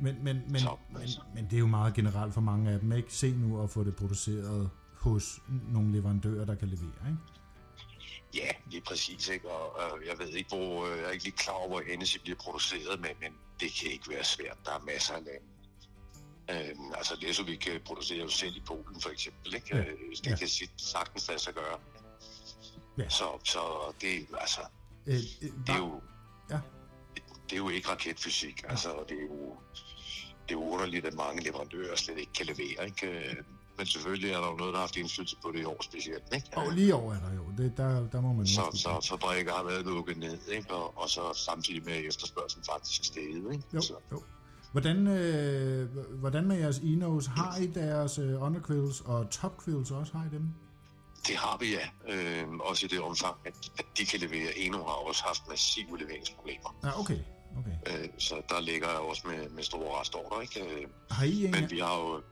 Speaker 1: Men, men, men,
Speaker 3: Så,
Speaker 1: men,
Speaker 3: altså.
Speaker 1: men det er jo meget generelt for mange af dem, ikke? Se nu at få det produceret hos nogle leverandører, der kan levere, ikke?
Speaker 3: Ja, lige præcis. Ikke? Og, øh, jeg ved ikke, hvor, øh, jeg er ikke lige klar over, hvor Hennessy bliver produceret, men, men det kan ikke være svært. Der er masser af lande. Øhm, altså Lesovik øh, producerer jo selv i Polen, for eksempel. Ikke?
Speaker 1: Ja,
Speaker 3: Ja. Det
Speaker 1: ja.
Speaker 3: ja. kan sit- sagtens lade sig gøre.
Speaker 1: Ja.
Speaker 3: Ja. Så, så det, altså,
Speaker 1: Øh, øh,
Speaker 3: det, er
Speaker 1: var-
Speaker 3: jo,
Speaker 1: Ja.
Speaker 3: det, det er jo ikke raketfysik. Altså, og det er jo, det er jo underligt, at mange leverandører slet ikke kan levere. Ikke? Øh, Men selvfølgelig er der jo noget, der har haft indflydelse på det i år specielt. Ikke?
Speaker 1: Og lige over er der jo. Det, der, der må man
Speaker 3: så,
Speaker 1: måske-
Speaker 3: så fabrikker har været lukket ned, ikke? Og, og så samtidig med at efterspørgselen faktisk steget. Ikke?
Speaker 1: Jo,
Speaker 3: Så,
Speaker 1: jo. Hvordan, øh, h- hvordan med jeres Enos? Har I deres øh, underquills og topquills også? Har I dem?
Speaker 3: det har vi ja, øh, også i det omfang, at, at de kan levere. Eno har også haft massive leveringsproblemer,
Speaker 1: Ja, okay. okay.
Speaker 3: øh, så der ligger jeg også med, med store restorter. Ikke? Øh,
Speaker 1: Har I en...
Speaker 3: Men vi har jo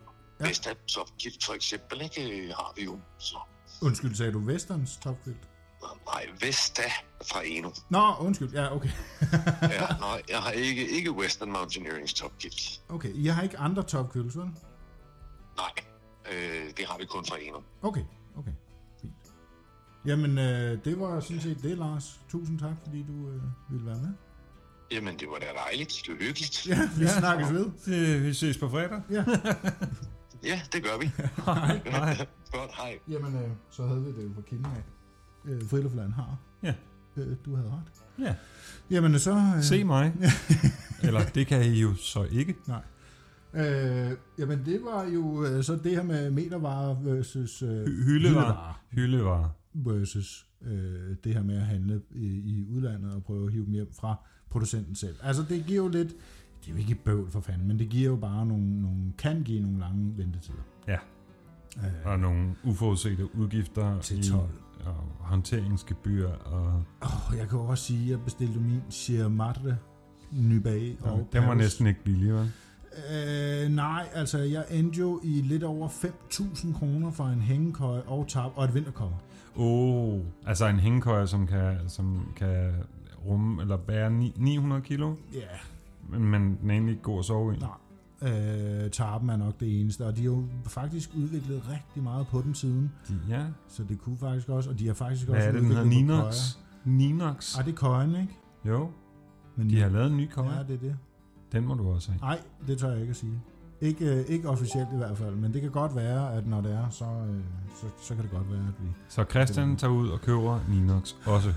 Speaker 1: Ja.
Speaker 3: ja. Vestab Topkit for eksempel, ikke? Øh, har vi jo. Så,
Speaker 1: Undskyld, sagde du Westerns topquill?
Speaker 3: nej, Vesta fra Eno.
Speaker 1: Nå, undskyld. Ja, okay.
Speaker 3: Ja, nej, jeg har ikke, ikke Western Mountaineerings Topkit.
Speaker 1: Okay, I har ikke andre topquills, vel?
Speaker 3: Nej, øh, det har vi kun fra Eno.
Speaker 1: Okay, okay. Fint. Jamen, øh, det var sådan set det, Lars. Tusind tak, fordi du øh, ville være med.
Speaker 3: Jamen, det var da dejligt. Det var hyggeligt.
Speaker 1: Ja, vi snakkes ved.
Speaker 2: Øh, vi ses på fredag.
Speaker 3: Ja, det gør vi.
Speaker 2: Nej.
Speaker 3: Godt, hej.
Speaker 1: Jamen, øh, så havde vi det jo fra kilden af. Øh, Friluftland har.
Speaker 2: Ja.
Speaker 1: Øh, du havde ret.
Speaker 2: Ja.
Speaker 1: Jamen, så... Øh,
Speaker 2: Se mig. Eller det kan I jo så ikke.
Speaker 1: Øh, jamen, det var jo øh, så det her med metervarer versus... Øh,
Speaker 2: Hy- Hyldevarer. Hyldevarer.
Speaker 1: Versus øh, det her med at handle i, i udlandet og prøve at hive dem hjem fra producenten selv. Altså, det giver jo lidt... det er jo ikke et bøvl for fanden, men det giver jo bare nogle, nogle kan give nogle lange ventetider.
Speaker 2: Ja.
Speaker 1: Øh,
Speaker 2: Og nogle uforudsete udgifter
Speaker 1: Til
Speaker 2: i-
Speaker 1: told.
Speaker 2: og håndteringsgebyr og...
Speaker 1: åh, jeg kan jo også sige, at jeg bestilte min Sierra Madre nybage.
Speaker 2: og
Speaker 1: og
Speaker 2: den var
Speaker 1: Paris.
Speaker 2: næsten ikke billig, vel?
Speaker 1: Øh, nej, altså jeg endte jo i lidt over 5.000 kroner for en hængekøj og tab og et vinterkopper.
Speaker 2: Oh, altså en hængekøje, som kan, som kan rumme eller bære ni- 900 kilo,
Speaker 1: Ja,
Speaker 2: men, men den er egentlig ikke god at sove i.
Speaker 1: nej. Øh, tarpen er nok det eneste, og de har jo faktisk udviklet rigtig meget på den siden,
Speaker 2: De- Ja,
Speaker 1: så det kunne faktisk også, og de har faktisk
Speaker 2: hvad
Speaker 1: også
Speaker 2: er det, den
Speaker 1: udviklet
Speaker 2: hedder?
Speaker 1: på
Speaker 2: Ninox?
Speaker 1: køjer.
Speaker 2: Ninox?
Speaker 1: Ej, det er køjen, ikke?
Speaker 2: Jo,
Speaker 1: Men
Speaker 2: de har lavet en ny
Speaker 1: Ja,
Speaker 2: køje.
Speaker 1: det er det.
Speaker 2: Den må du også have.
Speaker 1: Nej, det tør jeg ikke at sige. Ikke, øh, ikke officielt i hvert fald, men det kan godt være, at når det er, så, øh, så, så kan det godt være, at vi...
Speaker 2: Så Christian tager ud og køber Ninox også.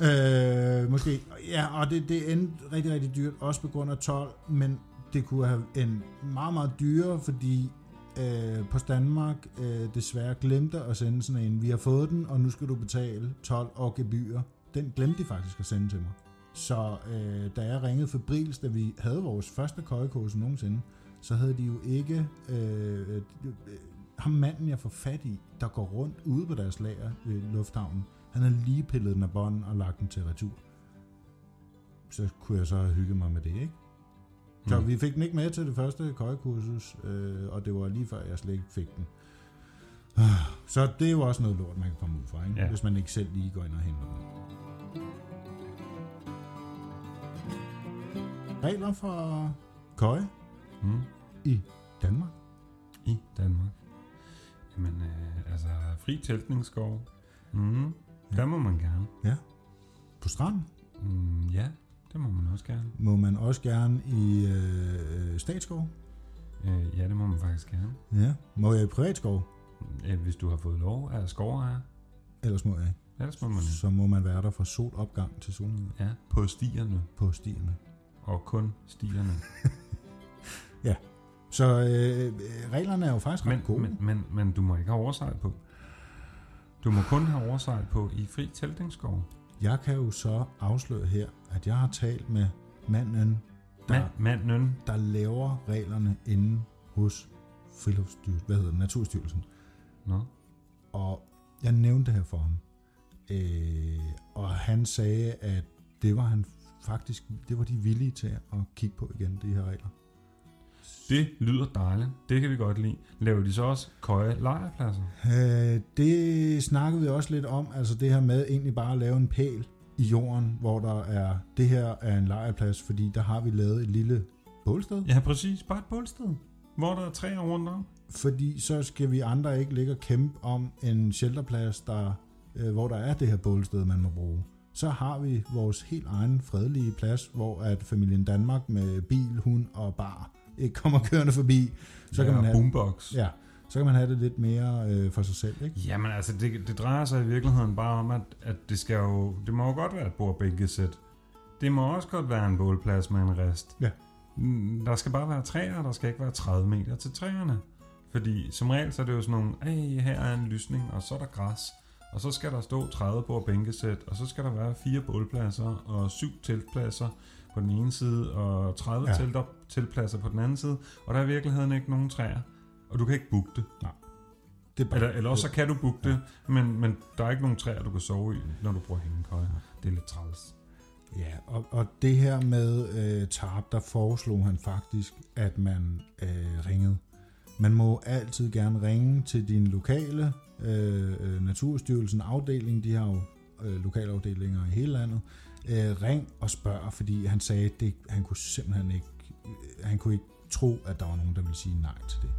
Speaker 1: Øh, måske. Ja, og det, det endte rigtig, rigtig dyrt, også på grund af 12, men det kunne have en meget, meget dyrere, fordi øh, Post Danmark øh, desværre glemte at sende sådan en. Vi har fået den, og nu skal du betale 12 og gebyrer. Den glemte de faktisk at sende til mig. Så øh, da jeg ringede for Brils, da vi havde vores første køjekåse nogensinde, så havde de jo ikke øh, øh, ham manden, jeg får fat i, der går rundt ude på deres lager ved lufthavnen. Han havde lige pillet den af bånd og lagt den til retur. Så kunne jeg så have hygget mig med det, ikke? Så
Speaker 2: Mm.
Speaker 1: vi fik den ikke med til det første køjekursus, øh, og det var lige før, jeg slet ikke fik den. Ah, Så det er jo også noget lort, man kan komme ud fra, ikke?
Speaker 2: Ja.
Speaker 1: Ja. hvis man ikke selv lige går ind og henter den. Regler for køje
Speaker 2: Mm.
Speaker 1: i Danmark.
Speaker 2: I Danmark. Jamen, øh, altså, fri teltningsskov. Mm. Der må man gerne.
Speaker 1: På stranden
Speaker 2: Mm, ja, det må man også gerne.
Speaker 1: må man også gerne i øh, statsskov.
Speaker 2: Øh, ja, det må man faktisk gerne.
Speaker 1: Ja. Må jeg i privatskov?
Speaker 2: Øh, hvis du har fået lov af skovejer,
Speaker 1: Ellers må jeg ikke.
Speaker 2: ellers må man ikke.
Speaker 1: Så må man være der fra solopgang til solnedgang
Speaker 2: Ja, på stierne.
Speaker 1: på stierne.
Speaker 2: Og kun stierne.
Speaker 1: Så øh, øh, reglerne er jo faktisk ret
Speaker 2: Men,
Speaker 1: gode.
Speaker 2: men, men, men du må ikke have oversight på. Du må kun have oversight på i fri teltningsskov.
Speaker 1: Jeg kan jo så afsløre her, at jeg har talt med manden, der,
Speaker 2: Mand, manden.
Speaker 1: der laver reglerne inde hos Friluftsstyrelsen, hvad hedder det, Naturstyrelsen.
Speaker 2: Nå.
Speaker 1: Og jeg nævnte det her for ham. Øh, og han sagde, at det var han faktisk, det var de villige til at kigge på igen, de her regler.
Speaker 2: Det lyder dejligt. Det kan vi godt lide. Laver de så også køje lejrpladser?
Speaker 1: Øh, det snakkede vi også lidt om, altså det her med egentlig bare at lave en pæl i jorden, hvor der er, det her er en lejrplads, fordi der har vi lavet et lille bålsted,
Speaker 2: Ja, præcis. Bare et bålsted, hvor der er træer rundt om.
Speaker 1: fordi så skal vi andre ikke ligge og kæmpe om en shelterplads, der, øh, hvor der er det her bålsted, man må bruge. Så har vi vores helt egen fredelige plads, hvor at familien Danmark med bil, hund og bar ikke kommer kørende forbi. Så kan,
Speaker 2: ja,
Speaker 1: man have,
Speaker 2: boombox.
Speaker 1: ja, så kan man have det lidt mere øh, for sig selv, ikke?
Speaker 2: Jamen altså, det, det drejer sig i virkeligheden bare om, at, at det skal jo, det må jo godt være et bordbænkesæt. Det må også godt være en bålplads med en rest.
Speaker 1: Ja.
Speaker 2: Mm, Der skal bare være træer, der skal ikke være 30 meter til træerne. Fordi som regel så er det jo sådan nogle, hey, her er en lysning, og så er der græs. Og så skal der stå 30 bordbænkesæt, og så skal der være fire bålpladser og syv teltpladser på den ene side, og 30
Speaker 1: Ja.
Speaker 2: ja. telt teltpladser på den anden side. Og der er i virkeligheden ikke nogen træer, og du kan ikke booke det.
Speaker 1: Det er bare-
Speaker 2: Eller, eller også så kan du booke det, men, men der er ikke nogen træer, du kan sove i, når du bruger hængekøje. Det er lidt træls.
Speaker 1: Ja, og, og det her med øh, tarp, der foreslog han faktisk, at man øh, ringede. Man må altid gerne ringe til din lokale øh, øh, Naturstyrelsen afdeling. De har jo øh, lokalafdelinger i hele landet. Øh, ring og spørg, fordi han sagde, at han kunne simpelthen ikke, øh, han kunne ikke tro, at der var nogen, der ville sige nej til det.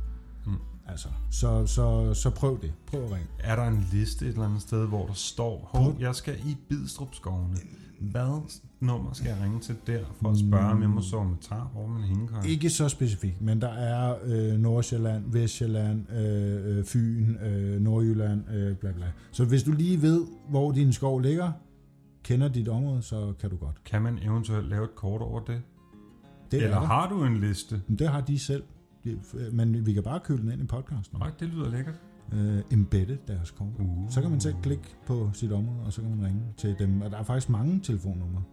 Speaker 2: Mm.
Speaker 1: Altså, så, så, så prøv det. Prøv at ringe.
Speaker 2: Er der en liste et eller andet sted, hvor der står, hov, jeg skal i Bidstrup skovene. Hvad nummer skal jeg ringe til der, for at spørge, om jeg må sove med tarp over min hængekøje?
Speaker 1: Ikke så specifikt, men der er øh, Nordsjælland, Vestjylland, øh, øh, Fyn, øh, Nordjylland, øh, bla bla. Så hvis du lige ved, hvor din skov ligger, kender dit område, så kan du godt.
Speaker 2: Kan man eventuelt lave et kort over det?
Speaker 1: Det,
Speaker 2: Eller
Speaker 1: er der.
Speaker 2: har du en liste?
Speaker 1: Men det har de selv. Det- øh, Men vi kan bare køle den ind i podcasten.
Speaker 2: Nej, det lyder lækkert.
Speaker 1: Øh, embedde deres kort.
Speaker 2: Uh.
Speaker 1: Så kan man selv klikke på sit område, og så kan man ringe til dem. Og der er faktisk mange telefonnumre.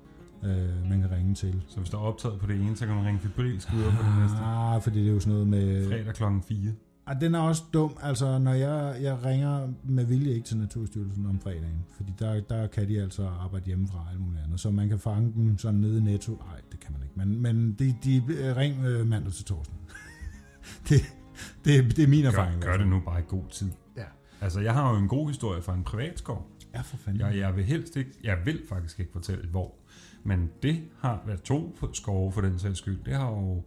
Speaker 1: øh, man kan ringe til.
Speaker 2: Så hvis der er optaget på det ene, så kan man ringe fibrilsk ud på det næste.
Speaker 1: Ah, øh. fordi det er jo sådan noget med...
Speaker 2: Fredag klokken 4.
Speaker 1: Ah, den er også dum. Altså, når jeg, jeg ringer med vilje ikke til Naturstyrelsen om fredagen, fordi der, der kan de altså arbejde hjemmefra og alt muligt andet, så man kan fange dem sådan nede i netto. Nej, det kan man ikke, men, men de, de øh, ring øh, mandag til torsdag. det, det, det er min erfaring. i
Speaker 2: Gør,
Speaker 1: hvert
Speaker 2: gør
Speaker 1: fald.
Speaker 2: det nu bare i god tid.
Speaker 1: altså. Ja.
Speaker 2: Altså, jeg har jo en god historie fra en privatskov.
Speaker 1: Ja, for fanden.
Speaker 2: Jeg, jeg vil helst ikke, jeg vil faktisk ikke fortælle hvor, men det har været to skove for den sags skyld. Det har jo,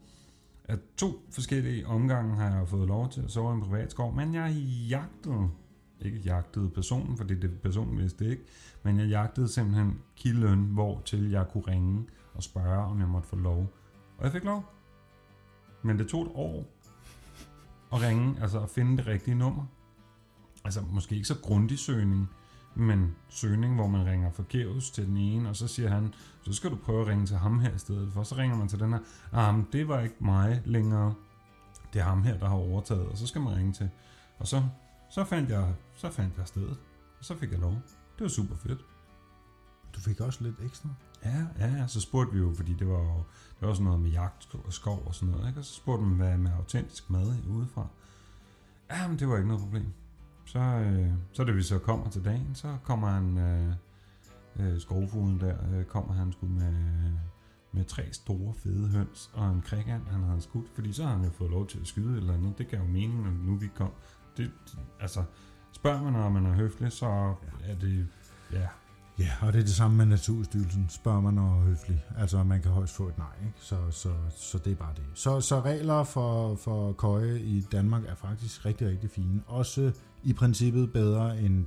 Speaker 2: at to forskellige omgange har jeg fået lov til at sove i en privat skov, men jeg jagtede, ikke jagtede personen, for det det personen vidste ikke, men jeg jagtede simpelthen kilden, hvor til jeg kunne ringe og spørge, om jeg måtte få lov. Og jeg fik lov. Men det tog et år at ringe, altså at finde det rigtige nummer. Altså måske ikke så grundig søgning, men søgning, hvor man ringer forgæves til den ene, og så siger han, så skal du prøve at ringe til ham her i stedet for. Så ringer man til den her, ah, men det var ikke mig længere. Det er ham her, der har overtaget, og så skal man ringe til. Og så, så, fandt, jeg, så fandt jeg stedet, og så fik jeg lov. Det var super fedt.
Speaker 1: Du fik også lidt ekstra.
Speaker 2: Ja, ja, ja, så spurgte vi jo, fordi det var jo det var sådan noget med jagt og skov og sådan noget, ikke? Og så spurgte man, hvad er med autentisk mad udefra? Ja, men det var ikke noget problem. Så, øh, så da vi så kommer til dagen, så kommer han, øh, øh, skovfuglen der, øh, kommer han sgu med, med tre store fede høns og en krikand, han havde skudt, fordi så har han jo fået lov til at skyde et eller andet. Det gav jo mening, når nu vi kom. Det, altså, spørger man, om man er høflig, så er det, ja,
Speaker 1: Ja, og det er det samme med Naturstyrelsen. Spørger man og er høflig. Altså, man kan højst få et nej, ikke? Så, så, så det er bare det. Så, så regler for, for køje i Danmark er faktisk rigtig, rigtig fine. Også i princippet bedre end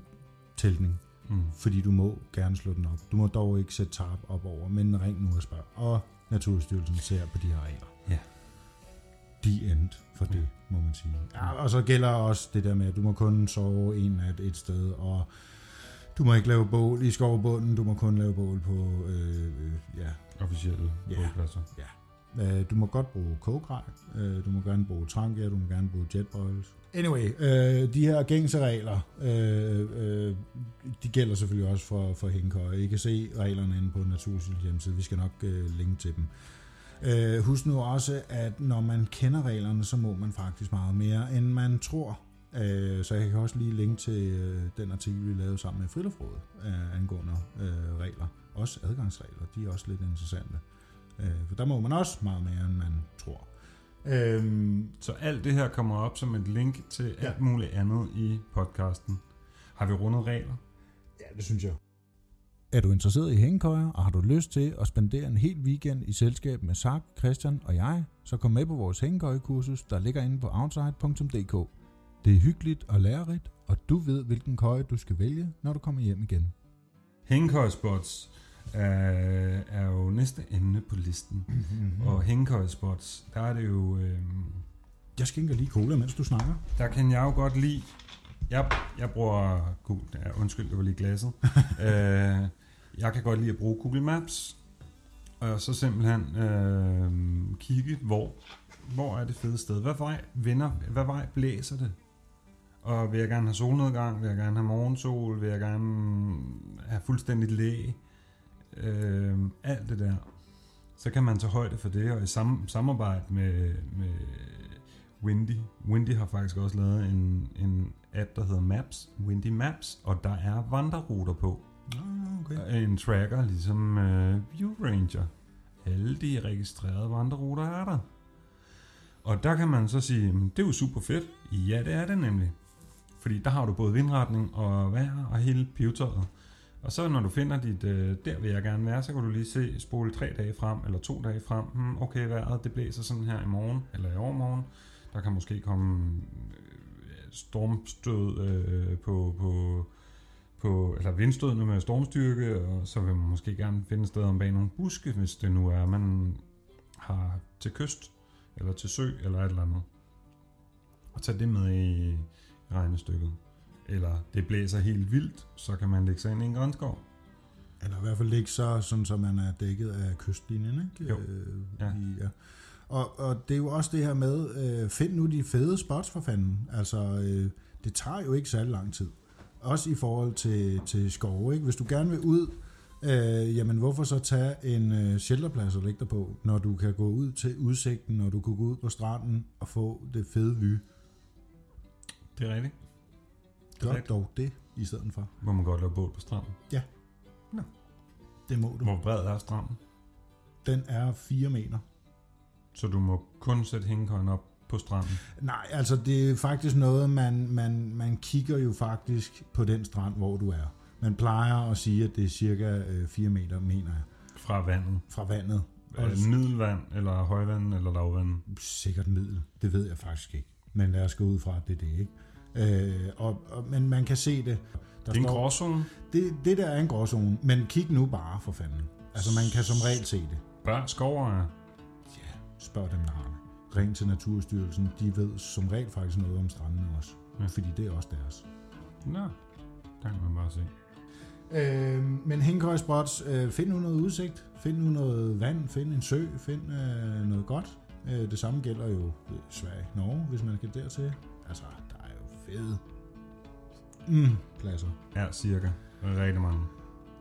Speaker 1: tæltning.
Speaker 2: Mm.
Speaker 1: Fordi du må gerne slå den op. Du må dog ikke sætte tarp op over, men ring nu og spørg. Og Naturstyrelsen ser på de her regler.
Speaker 2: Ja.
Speaker 1: De end for det, må man sige. Ja, og så gælder også det der med, at du må kun sove en nat et sted, og du må ikke lave bål i skovbunden, du må kun lave bål på, øh, øh, ja,
Speaker 2: officielle
Speaker 1: Ja.
Speaker 2: bådpladser.
Speaker 1: Øh, Du må godt bruge kogegrej, øh, du må gerne bruge trangia, du må gerne bruge jetboils. Anyway, øh, de her gængse regler, øh, øh, de gælder selvfølgelig også for, for hængekøje. I kan se reglerne inde på Naturstyrelsens hjemmeside, vi skal nok øh, linke til dem. Øh, husk nu også, at når man kender reglerne, så må man faktisk meget mere, end man tror. Øh, så jeg kan også lige linke til øh, den artikel, vi lavede sammen med Friluftsrådet øh, angående øh, regler. Også adgangsregler, de er også lidt interessante. Øh, for der må man også meget mere, end man tror. Øhm,
Speaker 2: Så alt det her kommer op som et link til
Speaker 1: Ja.
Speaker 2: alt muligt andet i podcasten. Har vi rundet regler?
Speaker 1: ja, det synes jeg. Er du interesseret i hængekøjer, og har du lyst til at spendere en hel weekend i selskab med Sark, Christian og jeg, så kom med på vores hængekøjekursus, der ligger inde på outside.dk. Det er hyggeligt og lærerigt, og du ved, hvilken køje du skal vælge, når du kommer hjem igen.
Speaker 2: Hængekøjspots øh, er jo næste emne på listen. Mm. Og hængekøjspots, der er det jo... Øh,
Speaker 1: Jeg skænker lige cola, mens du snakker.
Speaker 2: der kan jeg jo godt lide... Jeg, jeg bruger... Google, ja, undskyld, det var lige glasset. øh, jeg kan godt lide at bruge Google Maps. Og så simpelthen øh, kigge, hvor, hvor er det fede sted. Hvad vej, vender, hvad vej blæser det? Og vil jeg gerne have solnedgang? Vil jeg gerne have morgensol? Vil jeg gerne have fuldstændigt læ? Øh, alt det der. Så kan man tage højde for det, og i sam, samarbejde med, med Windy. Windy har faktisk også lavet en, en app, der hedder Maps, Windy Maps, og der er vandreruter på.
Speaker 1: Okay.
Speaker 2: En tracker, ligesom øh, View Ranger. Alle de registrerede vandreruter er der. Og der kan man så sige, "Men det er jo super fedt. Ja, det er det nemlig. Fordi der har du både vindretning og vejr og hele pivetøjet. Og så når du finder dit, øh, der vil jeg gerne være, så kan du lige se, spole tre dage frem eller to dage frem. Hmm, okay, vejret, det blæser sådan her i morgen eller i overmorgen. Der kan måske komme øh, stormstød øh, på, på, på, eller vindstødene med stormstyrke, og så vil man måske gerne finde et sted om bag nogle buske, hvis det nu er, man har til kyst, eller til sø, eller et eller andet. Og tage det med i regnestykket. Eller det blæser helt vildt, så kan man lægge sig ind i en grænskov.
Speaker 1: Eller i hvert fald ikke så, sådan, så man er dækket af kystlinjen, ikke?
Speaker 2: Jo.
Speaker 1: Øh,
Speaker 2: Ja.
Speaker 1: i- ja. Og, og det er jo også det her med, øh, find nu de fede spots for fanden. Altså, øh, det tager jo ikke særlig lang tid. Også i forhold til, til skove, ikke? Hvis du gerne vil ud Øh, jamen, hvorfor så tage en øh, shelterplads og lægge dig på, når du kan gå ud til udsigten, når du kan gå ud på stranden og få det fede vy?
Speaker 2: Det er rigtigt.
Speaker 1: Gør
Speaker 2: Rigtigt.
Speaker 1: dog det i stedet for.
Speaker 2: Må man godt lave bål på stranden.
Speaker 1: Det må du.
Speaker 2: Hvor bred er stranden?
Speaker 1: Den er 4 meter.
Speaker 2: Så du må kun sætte hængekøjen op på stranden.
Speaker 1: Nej, altså det er faktisk noget, man, man, man kigger jo faktisk på den strand, hvor du er. Man plejer at sige, at det er cirka 4 meter, mener jeg,
Speaker 2: Fra vandet.
Speaker 1: fra vandet.
Speaker 2: Øh,
Speaker 1: Og
Speaker 2: middelvand, eller højvand, eller lavvand.
Speaker 1: sikkert middel, det ved jeg faktisk ikke. Men lad os gå ud fra, at det er det, ikke? Øh, og, og, men man kan se det. Der
Speaker 2: Det er en gråzone.
Speaker 1: det, det der er en gråzone, men kig nu bare for fanden. Altså man kan som regel se det.
Speaker 2: Bør skovere.
Speaker 1: Ja, spørg dem, der har det. Ring til Naturstyrelsen, de ved som regel faktisk noget om strandene også.
Speaker 2: Ja.
Speaker 1: Ja. Fordi det er også deres.
Speaker 2: Nå, der kan man bare se.
Speaker 1: Øh, men Hængkøj Spots, øh, find nu noget udsigt, find nu noget vand, find en sø, find øh, noget godt. Øh, det samme gælder jo øh, Sverige, Norge, hvis man skal dertil. Altså, der er jo fede mm, pladser.
Speaker 2: Ja, cirka. Rigtig mange.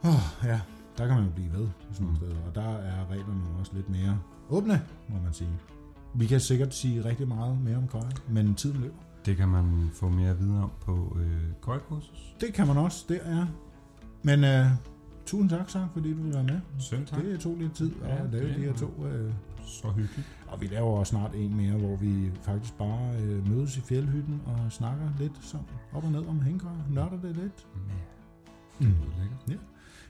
Speaker 1: Oh, ja, der kan man jo blive ved i
Speaker 2: Mm.
Speaker 1: sådan nogle steder, og der er reglerne jo også lidt mere åbne, må man sige. Vi kan sikkert sige rigtig meget mere om køjer, men tiden løber.
Speaker 2: Det kan man få mere at vide om på øh, køjekursus.
Speaker 1: Det kan man også, det er. Men øh, tusind tak, Søren, fordi du vil være med.
Speaker 2: Selv Mm, tak.
Speaker 1: Det tog lidt tid at
Speaker 2: Ja,
Speaker 1: ja, lave
Speaker 2: det
Speaker 1: de her
Speaker 2: må-
Speaker 1: to. Øh,
Speaker 2: Så hyggeligt.
Speaker 1: og vi laver også snart en mere, hvor vi faktisk bare øh, mødes i fjellhytten og snakker lidt sådan op og ned om hængkøjer. Nørder det lidt.
Speaker 2: Ja, det lyder lækkert.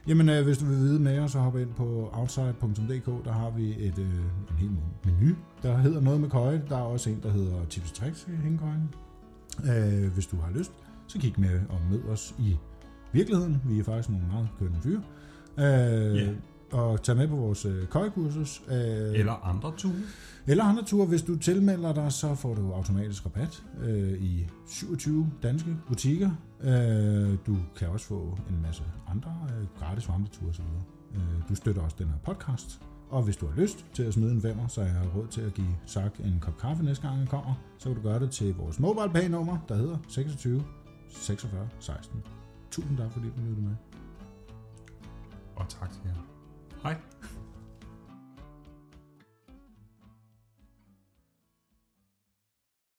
Speaker 1: Jamen, øh, hvis du vil vide mere, så hop ind på outside.dk. Der har vi et, øh, en hel menu, der hedder noget med køje. Der er også en, der hedder tips og tricks i hængekøjen. Øh, hvis du har lyst, så kig med og mød os i virkeligheden. Vi er faktisk nogle meget kønne fyre. Øh,
Speaker 2: Ja.
Speaker 1: Og tag med på vores øh, køjekursus. Øh,
Speaker 2: Eller andre ture.
Speaker 1: eller andre ture, hvis du tilmelder dig, så får du automatisk rabat øh, i 27 danske butikker. Øh, du kan også få en masse andre øh, gratis vandreture osv. Øh, du støtter også den her podcast. Og hvis du har lyst til at smide en femmer, så jeg har råd til at give Sak en kop kaffe næste gang han kommer, så kan du gøre det til vores mobile nummer der hedder 26 46 16. Tusind tak fordi du lyttede med.
Speaker 2: Og tak til jer. Hej.